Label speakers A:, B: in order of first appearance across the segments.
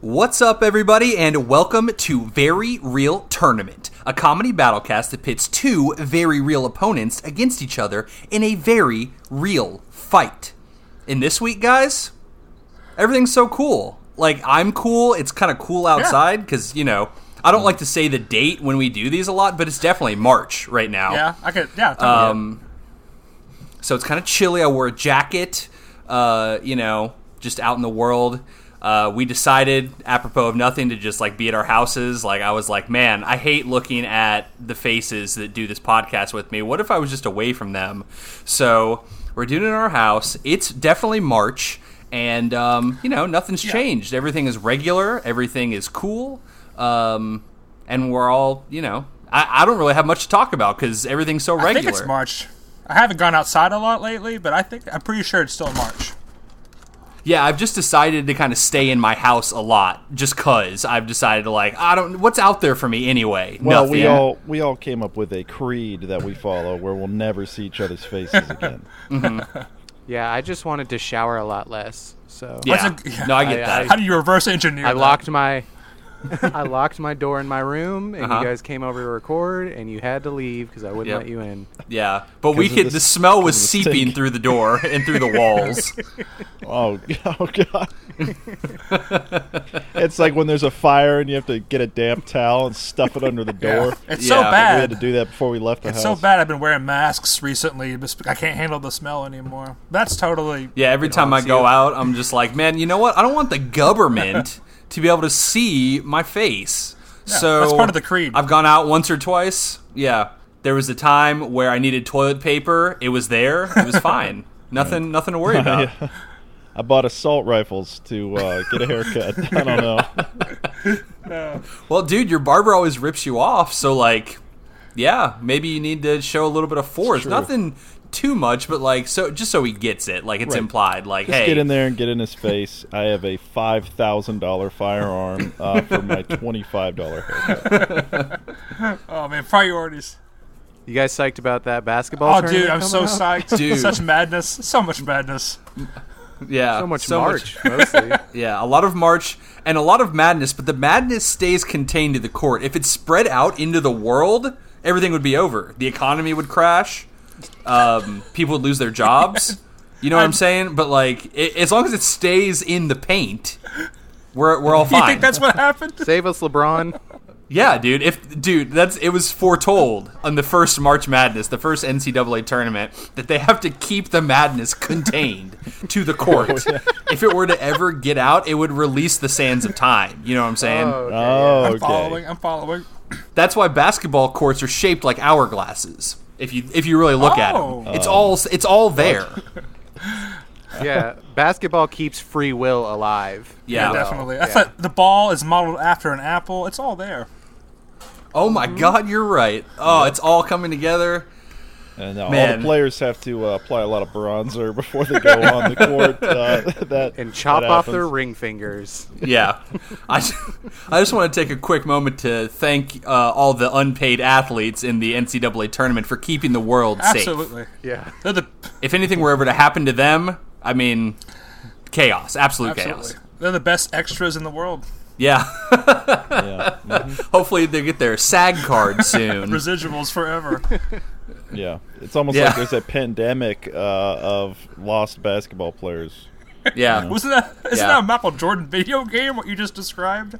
A: What's up, everybody, and welcome to Very Real Tournament, a comedy battlecast that pits two very real opponents against each other in a very real fight. And this week, guys, everything's so cool. Like, I'm cool. It's kind of cool outside because, you know, I don't like to say the date when we do these a lot, but it's definitely March right now.
B: Yeah, I could. Yeah, totally.
A: So it's kind of chilly. I wore a jacket, uh, you know, just out in the world. Uh, we decided, apropos of nothing, to just like be at our houses. Like I was like, man, I hate looking at the faces that do this podcast with me. What if I was just away from them? So we're doing it in our house. It's definitely March, and um, you know, nothing's changed. Everything is regular. Everything is cool. Um, and we're all, you know, I, I don't really have much to talk about because everything's so regular.
B: I think it's March. I haven't gone outside a lot lately, but I think I'm pretty sure it's still March.
A: Yeah, I've just decided to kind of stay in my house a lot just cuz I've decided to like I don't what's out there for me anyway.
C: Well,
A: Nothing.
C: we all we all came up with a creed that we follow, where we'll never see each other's faces again.
D: Yeah, I just wanted to shower a lot less. So
A: yeah.
B: That's a- yeah.
A: No, I get
D: I-
A: that.
B: How do you reverse engineer?
D: I
B: that?
D: locked my I locked my door in my room and
A: Uh-huh.
D: you guys came over to record and you had to leave cuz I wouldn't
A: Yep.
D: let you in.
A: yeah. But we
C: 'Cause of
A: could
C: the
A: the
C: s-
A: smell was
C: of the stink.
A: seeping through the door and through the walls.
C: Oh, oh god! it's like when there's a fire and you have to get a damp towel and stuff it under the door.
A: Yeah,
B: It's so
A: but we
C: We had to
B: bad.
C: do that before we left the
B: It's so
C: house.
B: bad. I've been wearing masks recently. just- I can't handle the smell anymore. That's totally.
A: Yeah, every time I
B: it's
A: go
B: you.
A: out, I'm just like, man, you know what? I don't want the government to be able to see my face. so
B: that's part of the creed.
A: I've gone out once or twice. Yeah, there was a time where I needed toilet paper. It was there. It was fine. nothing, nothing to worry about.
C: I bought assault rifles to uh, get a haircut. I don't know.
A: Well, dude, your barber always rips you off, so like, yeah, maybe you need to show a little bit of force.
C: true.
A: Nothing too much, but like, so just so he gets it, like it's
C: Right.
A: implied. Like,
C: Just
A: hey,
C: get in there and get in his face. I have a five thousand dollar firearm uh, for my twenty five dollar haircut.
B: Oh man, priorities.
D: You guys psyched about that basketball
B: Oh
D: tournament
B: dude, I'm
D: coming
B: so
D: up?
B: psyched.
A: Dude.
B: Such madness. So much madness.
A: yeah,
D: So much March mostly.
A: yeah, a lot of march and a lot of madness, but the madness stays contained to the court. If it's spread out into the world, everything would be over. The economy would crash. Um, people would lose their jobs. You know what I'm, saying? But like, i as long as it stays in the paint, we're we're all
B: Do
A: fine.
B: you think that's what happened?
D: Save us LeBron.
B: Oh,
A: Yeah, dude. If dude, that's it was foretold on the first March Madness, the first NCAA tournament, that they have to keep the madness contained to the court. If it were to ever get out, it would release the sands of time. You know what I'm saying?
C: Oh,
B: I'm following.
C: okay.
B: I'm following.
A: That's why basketball courts are shaped like hourglasses. If you if you really look at 'em.
B: Oh.
A: it's all it's all there.
D: yeah, basketball keeps free will alive.
A: Yeah.
B: Yeah,
A: well,
B: definitely.
D: yeah.
B: I thought the ball is modeled after an apple. It's all there.
A: Oh my god, you're right. Oh, it's all coming together.
C: And uh, all
A: Man.
C: the players have to uh, apply a lot of bronzer before they go on the court. Uh, that
D: And chop
C: that
D: off
C: happens.
D: their ring fingers.
A: yeah. I, ju- I just want to take a quick moment to thank uh, all the unpaid athletes in the NCAA tournament for keeping the world safe.
B: Absolutely.
D: Yeah.
B: They're the
A: If anything were ever to happen to them, I mean, chaos, absolute
B: absolutely.
A: chaos.
B: They're the best extras in the world.
A: Yeah.
C: Yeah, mhm.
A: Hopefully they get their SAG card soon.
B: Residuals forever.
C: yeah. It's almost
A: Yeah.
C: like there's a pandemic uh, of lost basketball players.
A: Yeah.
B: Wasn't that? Isn't
A: Yeah.
B: that a Michael Jordan video game? What you just described?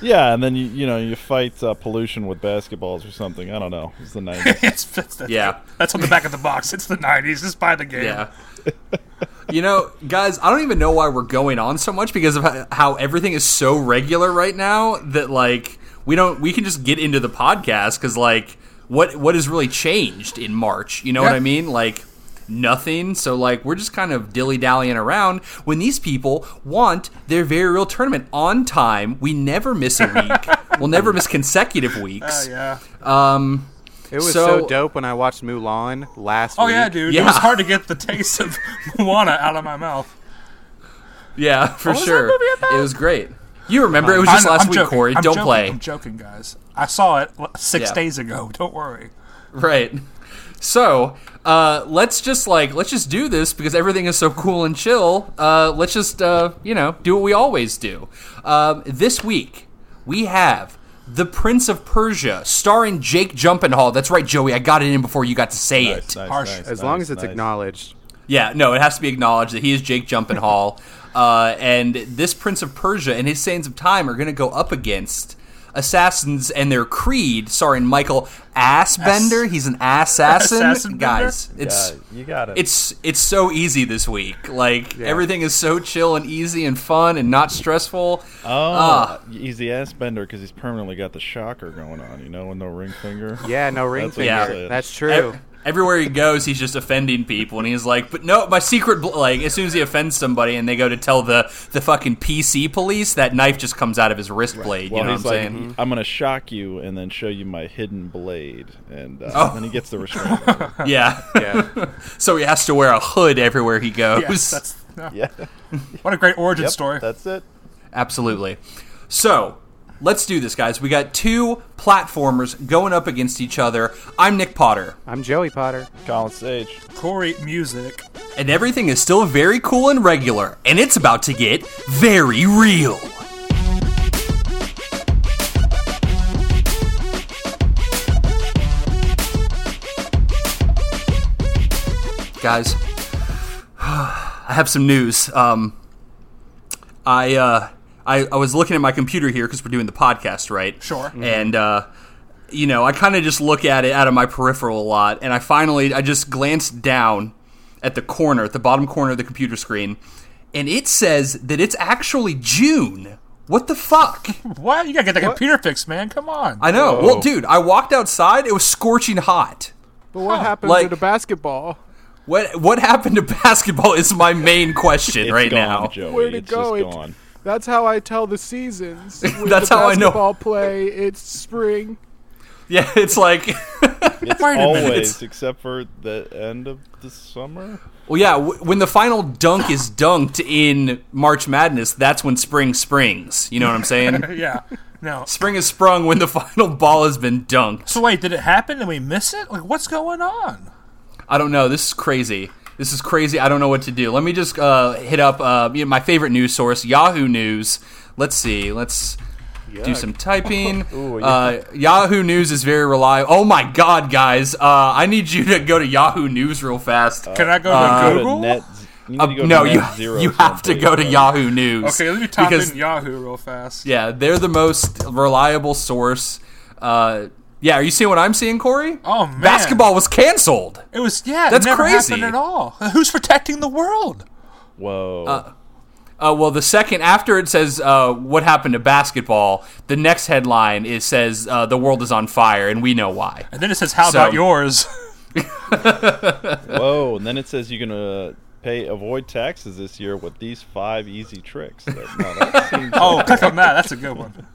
C: Yeah, and then you you know you fight uh, pollution with basketballs or something. I don't know. It's the nineties.
B: It's, that's, that's,
A: Yeah.
B: That's on the back of the box. It's the '90s. Just buy the game.
A: Yeah. You know, guys, I don't even know why we're going on so much because of ho- how everything is so regular right now that like we don't we can just get into the podcast cuz like what what has really changed in March? You know what
B: Yeah.
A: I mean? Like nothing. So like we're just kind of dilly-dallying around when these people want their very real tournament on time. We never miss a week. we'll never miss consecutive
B: Oh,
A: weeks.
B: yeah.
A: Um
D: It was
A: So-
D: so, dope when I watched Mulan last
B: Oh
D: week.
B: yeah, dude.
A: Yeah.
B: It was hard to get the taste of Moana out of my mouth.
A: yeah, for
B: was that
A: sure.
B: movie about?
A: It was great. You remember it was just
B: I'm-
A: last
B: I'm
A: week,
B: joking.
A: Corey.
B: I'm
A: don't
B: joking.
A: play.
B: I'm joking, guys. I saw it l- six
A: Yeah.
B: days ago. Don't worry.
A: Right. So, uh, let's just like let's just do this because everything is so cool and chill. Uh, let's just uh, you know do what we always do. Um, this week we have the Prince of Persia, starring Jake Gyllenhaal. That's right, Joey. I got it in before you got to say it.
C: Nice, nice,
B: Harsh.
C: nice,
B: As
D: as long
C: nice,
D: as it's
C: nice.
D: acknowledged.
A: Yeah, no, it has to be acknowledged that he is Jake Gyllenhaal, uh, and this Prince of Persia and his Sands of Time are going to go up against assassins and their creed, starring Michael Assbender. He's an assassin,
B: Assassin
A: guys.
C: Yeah,
A: It's
C: you got it.
A: it's it's so easy this week. Like everything is so chill and easy and fun and not stressful.
C: oh, he's the ass bender because he's permanently got the shocker going on. You know, and no ring finger.
D: Yeah, no ring
C: That's what you
D: finger.
C: said.
D: That's
A: Ev-
D: true.
A: everywhere he goes, he's just offending people, and he's like, "But no, my secret." Bl-, like, as soon as he offends somebody, and they go to tell the the fucking PC police, that knife just comes out of his wrist blade.
C: Well,
A: you know
C: he's
A: what I'm
C: like,
A: saying?
C: I'm gonna shock you and then show you my hidden blade, and uh,
A: Oh.
C: then he gets the restraint. order.
A: Yeah.
D: yeah.
A: so he has to wear a hood everywhere he goes.
B: Yes, that's, yeah.
C: yeah,
B: What a great origin
C: Yep,
B: story.
C: That's it.
A: Absolutely. So. Let's do this, guys. We got two platformers going up against each other. I'm Nick Potter.
D: I'm Joey Potter.
C: Colin Sage.
B: Corey music.
A: and everything is still very cool and regular, and it's about to get very real. Guys, I have some news. Um, I, uh, I I was looking at my computer here because we're doing the podcast, right?
B: Sure.
C: Mm-hmm.
B: Mhm.
A: And uh, you know, I kind of just look at it out of my peripheral a lot, and I finally I just glanced down at the corner, at the bottom corner of the computer screen, and it says that it's actually June. What the fuck?
B: What? You gotta get the computer fixed, man. Come on.
A: I know. Well, dude, I walked outside. It was scorching hot.
D: But what happened
A: like-
D: to the basketball?
A: What what happened to basketball is my main question
C: It's
A: right
C: gone,
A: now.
C: Joey.
D: Where'd it
C: it's
D: go?
C: Just
D: It-
C: gone.
D: That's how I tell the seasons. With
A: That's
D: the
A: how I know.
D: Basketball play. It's spring.
A: Yeah, it's like
C: It's
B: Wait a minute.
C: always, except for the end of the summer.
A: Well, yeah. W- when the final dunk is dunked in March Madness, that's when spring springs. You know what I'm saying?
B: yeah. No.
A: spring is sprung when the final ball has been dunked.
B: So wait, did it happen and we miss it? Like, what's going on?
A: I don't know. This is crazy. This is crazy. I don't know what to do. Let me just uh, hit up uh, you know, my favorite news source, Yahoo News. Let's see. Let's do some typing. uh, Yahoo News is very reliable. Oh my God, guys! Uh, I need you to go to Yahoo News real fast.
B: Can I go to
C: Go to
B: Google?
C: net. You need to go to
A: Uh, no,
C: net
A: you
C: zero
A: you have to
C: someplace,
A: go to
C: right?
A: Yahoo News.
B: Okay, let me type
A: because
B: in Yahoo real fast.
A: Yeah, they're the most reliable source. Uh, yeah, are you seeing what I'm seeing, Corey?
B: Oh, man.
A: basketball was canceled.
B: It was yeah.
A: That's
B: it never
A: crazy.
B: happened at all. Who's protecting the world?
C: Whoa.
A: Uh, well, the second after it says uh, what happened to basketball, the next headline is says uh, the world is on fire, and we know why.
B: And then it says, "How
A: So-
B: about yours?"
C: Whoa. And then it says you can uh, pay avoid taxes this year with these five easy tricks. That, no, that seems
B: oh, click on that. That's a good one.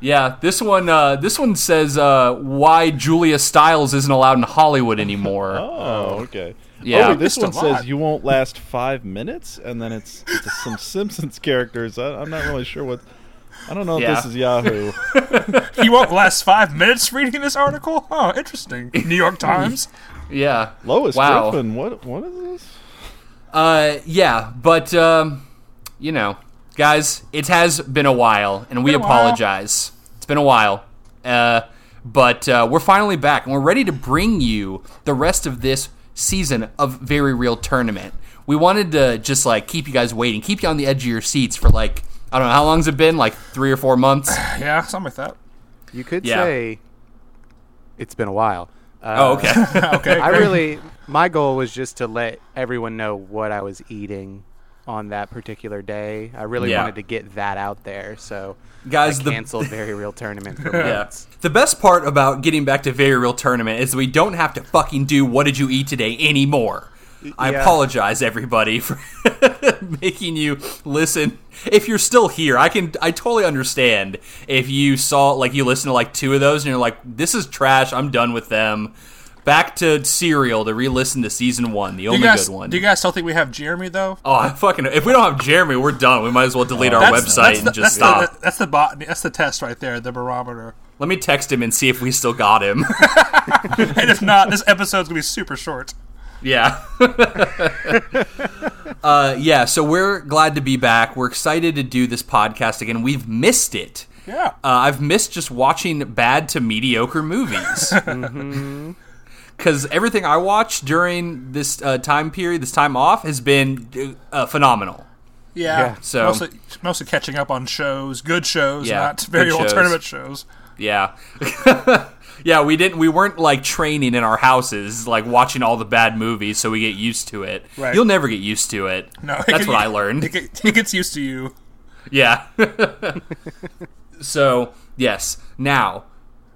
A: Yeah, this one uh, this one says uh, why Julia Stiles isn't allowed in Hollywood anymore.
C: Oh, okay.
A: Um, Yeah.
C: Oh,
B: Missed
C: this
B: a
C: one says
B: lot.
C: you won't last five minutes, and then it's, it's some Simpsons characters. I, I'm not really sure what. I don't know if this
A: Yeah.
C: is Yahoo.
B: He won't last five minutes reading this article. Oh, interesting. New York Times.
A: Yeah,
C: Lois
A: Wow.
C: Griffin. What? What is this?
A: Uh, yeah, but um, you know, guys, it has been a while, and we
B: Been a while.
A: apologize. It's been a while, uh, but uh, we're finally back, and we're ready to bring you the rest of this season of Very Real Tournament. We wanted to just like keep you guys waiting, keep you on the edge of your seats for like I don't know how long's it been, like three or four months.
B: Yeah, something like that.
D: You could
A: Yeah.
D: say it's been a while. Uh,
A: oh, okay.
B: Okay.
D: I
B: great.
D: really, my goal was just to let everyone know what I was eating on that particular day. I really
A: Yeah.
D: wanted to get that out there. So,
A: Guys,
D: I
A: the-
D: canceled very real tournament for
A: Yeah.
D: months.
A: The best part about getting back to Very Real Tournament is we don't have to fucking do what did you eat today anymore. I
D: Yeah.
A: apologize everybody for making you listen. If you're still here, I can I totally understand if you saw like you listened to like two of those and you're like this is trash, I'm done with them. Back to Serial to re-listen to season 1, the
B: Do
A: only
B: you guys
A: good one.
B: do you guys still think we have Jeremy though?
A: oh, I fucking if we don't have Jeremy, we're done. We might as well delete our
B: That's-
A: website
B: that's
A: and
B: the-
A: just
B: that's the-
A: stop.
B: that's the bot. That's the test right there. The barometer.
A: Let me text him and see if we still got him.
B: and if not, this episode's gonna be super short.
A: Yeah. uh, yeah, so we're glad to be back. We're excited to do this podcast again. We've missed it.
B: Yeah.
A: Uh, I've missed just watching bad to mediocre movies.
B: Mm-hmm.
A: Because everything I watched during this uh, time period, this time off, has been uh, phenomenal.
B: yeah.
D: Yeah.
A: So-
B: mostly, mostly catching up on shows, good shows,
A: Yeah,
B: not very
A: good shows.
B: alternative shows.
A: Yeah. yeah, we didn't we weren't like training in our houses, like watching all the bad movies so we get used to it.
B: Right.
A: You'll never get used to it.
B: No, it
A: That's
B: get-
A: what I learned.
B: It, get- it gets used to you.
A: Yeah. so, yes. Now,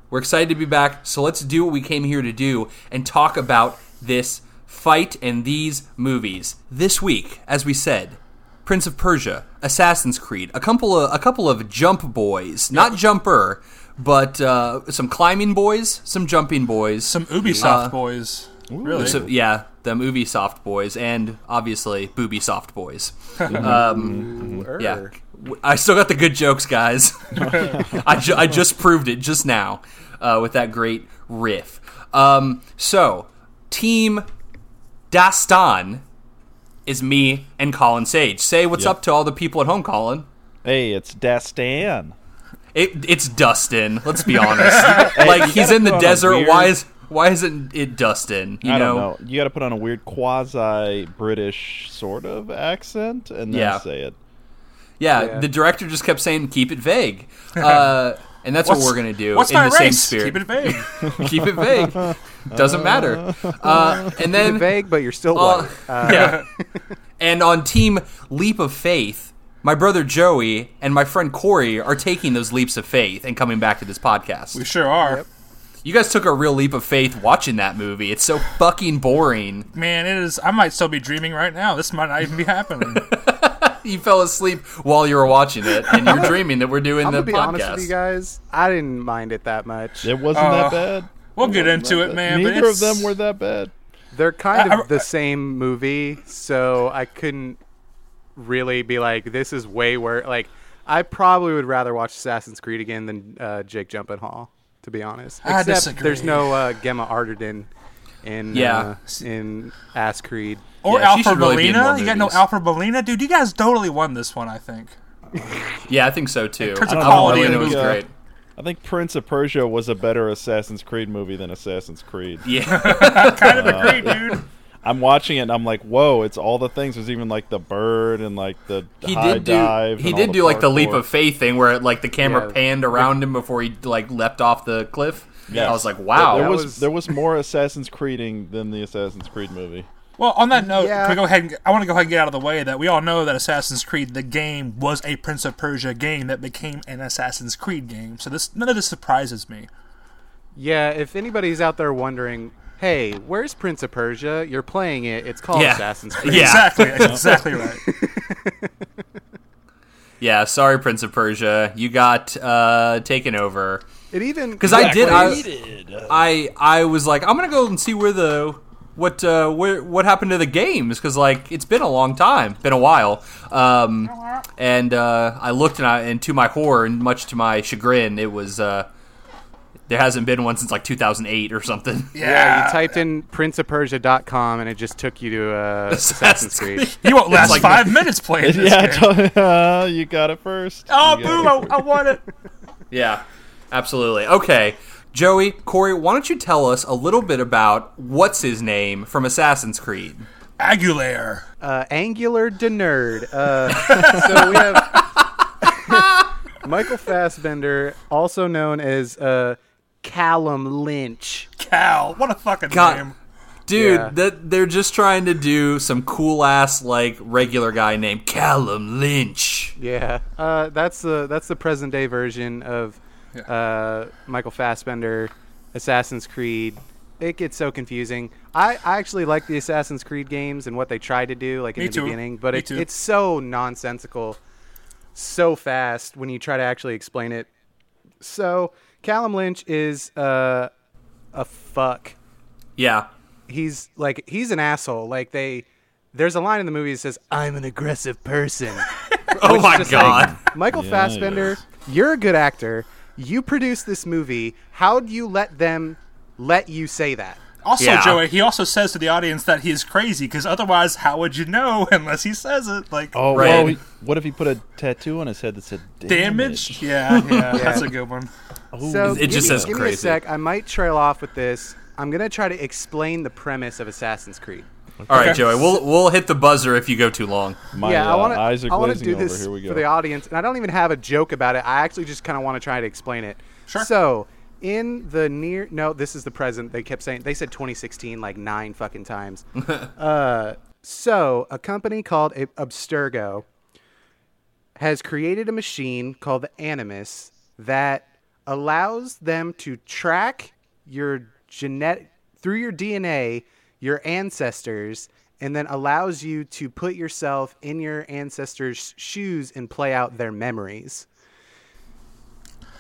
A: we're excited to be back. So, let's do what we came here to do and talk about this fight and these movies. This week, as we said, Prince of Persia, Assassin's Creed, a couple of a couple of jump boys, not jumper, but uh, some climbing boys, some jumping boys,
B: Some
A: Uh,
B: Ubisoft boys. Really?
A: so, yeah, them Ubisoft boys, and obviously Booby Soft boys. um, yeah, W- I still got the good jokes, guys. I, ju- I just proved it just now uh, with that great riff. Um, so, Team Dastan is me and Colin Sage. Say what's
C: Yep.
A: up to all the people at home, Colin.
C: Hey, it's Dastan.
A: It, it's Dustin. Let's be honest. like he's in the
C: put on a
A: desert.
C: weird-
A: Why is why isn't it Dustin? You
C: I don't know. You got to put on a weird quasi British sort of accent and then
A: Yeah.
C: say it.
A: Yeah,
D: Yeah.
A: the director just kept saying keep it vague, uh, and that's what
B: What's-
A: we're gonna do
B: What's
A: in
B: my
A: the same
B: race?
A: spirit.
B: Keep it vague.
A: Keep it vague. Doesn't matter. Uh, and then
D: Vague, but you're still
A: uh,
D: white. Uh,
A: yeah, and on Team Leap of Faith. My brother Joey and my friend Corey are taking those leaps of faith and coming back to this podcast.
B: we sure are.
A: You guys took a real leap of faith watching that movie. It's so fucking boring.
B: Man, it is. I might still be dreaming right now. This might not even be happening.
A: You fell asleep while you were watching it, and you're dreaming that we're doing
D: I'm
A: the
D: gonna be
A: podcast.
D: honest with you guys. I didn't mind it that much.
C: It wasn't that bad.
B: Uh, We'll get
C: Wasn't
B: into
C: that
B: it,
C: bad.
B: man, but
C: Neither of
B: it's-
C: them were that bad.
D: They're kind
B: I-
D: of
B: I-
D: the same movie, so I couldn't really be like, this is way worse. Like, I probably would rather watch Assassin's Creed again than uh, Jake Jumpin' Hall, to be honest.
B: I
D: Except there's
B: disagree.
D: no uh, Gemma Arterton in
A: Yeah.
D: uh, in Ass Creed.
B: Or
A: Yeah, she
B: Alfred
A: should really be in
B: Molina.
A: more
B: You got no
A: movies.
B: Alfred Molina, dude. You guys totally won this one, I think.
A: Yeah, I think so too.
B: terms of
A: I don't know,
B: quality
A: Molina
B: of the
A: was
C: movie.
A: great.
C: I think Prince of Persia was a better Assassin's Creed movie than Assassin's Creed.
A: Yeah,
B: Kind
A: Uh,
B: of agree, dude.
C: I'm watching it and I'm like, whoa, it's all the things. There's even like the bird and like the
A: he
C: high
A: did do.
C: dive.
A: He
C: and
A: did
C: all
A: do like the leap
C: parkour.
A: of faith thing where it, like the camera
D: Yeah.
A: panned around him before he like leapt off the cliff.
C: Yes.
A: I was like,
C: There,
A: wow.
C: there
D: That
C: was,
D: was-
C: there was more Assassin's Creeding than the Assassin's Creed movie.
B: Well, on that note,
D: Yeah.
B: can we go ahead. And, I want to go ahead and get out of the way that we all know that Assassin's Creed, the game, was a Prince of Persia game that became an Assassin's Creed game. So this none of this surprises me.
D: Yeah, if anybody's out there wondering, hey, where's Prince of Persia? You're playing it. It's called
A: Yeah.
D: Assassin's Creed.
A: Yeah.
B: Exactly. that's exactly right.
A: yeah, sorry, Prince of Persia, you got uh, taken over.
D: It even
A: Because I did. I, I I was like, I'm gonna go and see where the what uh, where what happened to the games because like it's been a long time, been a while. Um, and uh, I looked and I and to my horror and much to my chagrin, it was uh, there hasn't been one since like 2008 or something.
B: Yeah.
D: Yeah, you typed in princeofpersia.com and it just took you to uh, Assassin's Creed.
B: you won't last
A: like-
B: five minutes playing this
C: yeah,
B: game.
C: t- you got it first.
B: Oh,
C: You got
B: boom!
C: it
B: I, I want it.
A: Yeah, absolutely. Okay, Joey, Corey, why don't you tell us a little bit about what's his name from Assassin's Creed?
B: Aguilera.
D: Uh, angular de nerd. Uh, so we have Michael Fassbender, also known as uh, Callum Lynch.
B: Cal. What a fucking
A: God.
B: name.
A: Dude,
D: Yeah.
A: that they're just trying to do some cool ass like regular guy named Callum Lynch.
D: Yeah, uh, that's the that's the present day version of uh, Michael Fassbender, Assassin's Creed. It gets so confusing. I, I actually like the Assassin's Creed games and what they try to do, like in
B: Me
D: the
B: too.
D: beginning, but
B: Me
D: it,
B: too.
D: it's so nonsensical, so fast when you try to actually explain it. So Callum Lynch is uh, a fuck
A: Yeah.
D: he's like he's an asshole. Like they there's a line in the movie that says, I'm an aggressive person.
A: Oh
D: Which is
A: my
D: just
A: God.
D: like, Michael
C: Yeah,
D: Fassbender,
C: yes.
D: you're a good actor. You produced this movie. How do you let them let you say that?
B: Also,
A: Yeah.
B: Joey, he also says to the audience that he is crazy because otherwise, how would you know unless he says it? Like
C: Oh,
A: Right.
C: well, he- what if he put a tattoo on his head that said
B: damage. Yeah, yeah, that's a good one.
C: Oh,
D: So
A: It
D: give
A: just
D: me-
A: says
D: give me a
A: crazy.
D: sec. I might trail off with this. I'm gonna try to explain the premise of Assassin's Creed.
A: All right,
B: Okay.
A: Joey, we'll we'll hit the buzzer if you go too long.
C: my
D: yeah, I
C: uh,
D: want to.
C: eyes are
D: I want to
C: glazing
D: do
C: over.
D: this
C: Here we go.
D: for the audience, and I don't even have a joke about it. I actually just kind of want to try to explain it.
B: Sure.
D: So, in the near no, this is the present. They kept saying they said 2016 like nine fucking times. uh, so, a company called Ab- Abstergo has created a machine called the Animus that allows them to track your genetic through your DNA, your ancestors, and then allows you to put yourself in your ancestors' shoes and play out their memories.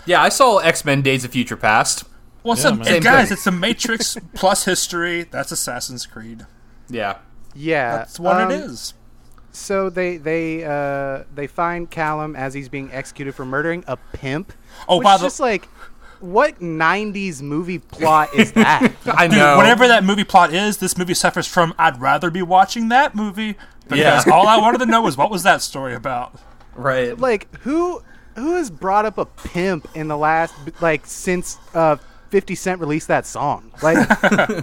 A: Yeah, I saw X Men: Days of Future Past.
B: Well, it's a-
C: man.
B: hey,
A: Same
B: guys,
A: thing.
B: it's the Matrix plus history. That's Assassin's Creed.
A: Yeah,
D: Yeah,
B: That's what
D: um,
B: it is.
D: So they they uh, they find Callum as he's being executed for murdering a pimp.
B: Oh,
D: which
B: by
D: is
B: the-
D: just like what '90s movie plot is that?
A: I
B: Dude,
A: know.
B: whatever that movie plot is, this movie suffers from. I'd rather be watching that movie because
A: Yeah.
B: all I wanted to know was what was that story about.
A: right?
D: like who who has brought up a pimp in the last like since uh 50 cent released that song like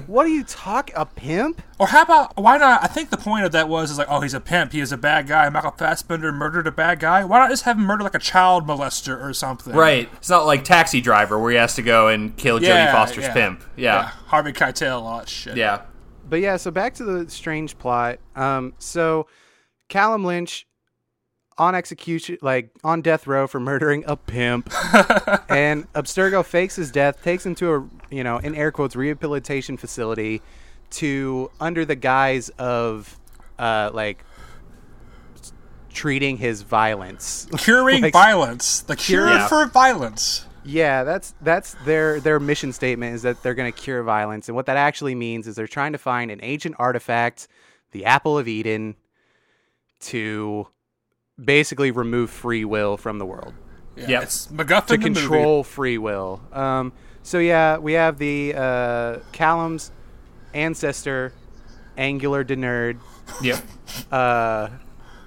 D: what are you talk a pimp
B: Or how about why not? I think the point of that was is like, oh, he's a pimp. He is a bad guy. Michael Fassbender murdered a bad guy. Why not just have him murder like a child molester or something?
A: Right. It's not like Taxi Driver where he has to go and kill Jodie Foster's pimp. Yeah.
B: Harvey Keitel, all that shit.
A: Yeah.
D: but yeah so back to the strange plot um so callum lynch on execution like on death row for murdering a pimp and abstergo fakes his death takes him to a you know in air quotes rehabilitation facility to under the guise of uh like treating his violence
B: Curing
D: Like-
B: violence. The cure
A: Yeah.
B: for violence.
D: Yeah, that's that's their their mission statement is that they're going to cure violence, and what that actually means is they're trying to find an ancient artifact, the Apple of Eden, to basically remove free will from the world,
B: Yeah.
A: Yep.
B: It's MacGuffin
D: to
B: the movie.
D: control free will. Um, so yeah, we have the uh, Callum's ancestor, Angular Denerd,
A: Yep.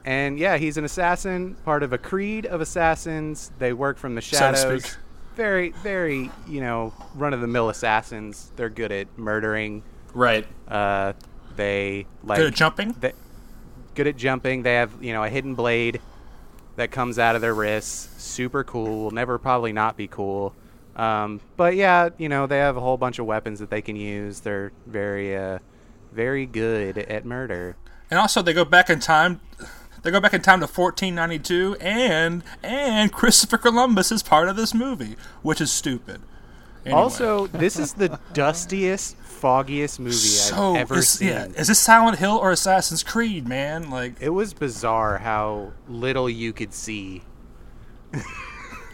D: and yeah, he's an assassin, part of a creed of assassins. They work from the
B: So to
D: shadows.
B: speak.
D: Very, very, you know, run of the mill assassins. They're good at murdering.
A: Right.
D: Uh, they like
B: Good at jumping.
D: They, good at jumping. They have you know a hidden blade that comes out of their wrists. Super cool. Will never probably not be cool. Um, but yeah, you know they have a whole bunch of weapons that they can use. They're very, uh, very good at murder.
B: And also, they go back in time. They go back in time to 1492, and and Christopher Columbus is part of this movie, which is stupid. Anyway.
D: Also, this is the dustiest, foggiest movie
B: so
D: I've ever
B: is,
D: seen.
B: yeah, is this Silent Hill or Assassin's Creed, man? Like,
D: It was bizarre how little you could see.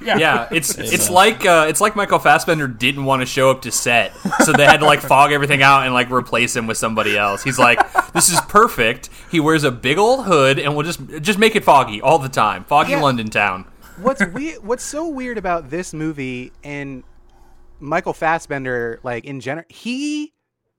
B: yeah,
A: Yeah. It's it's like uh, it's like Michael Fassbender didn't want to show up to set, so they had to like fog everything out and like replace him with somebody else. He's like, this is perfect. He wears a big old hood, and we'll just just make it foggy all the time. Foggy
D: Yeah.
A: London town.
D: What's we what's so weird about this movie and Michael Fassbender like in general, he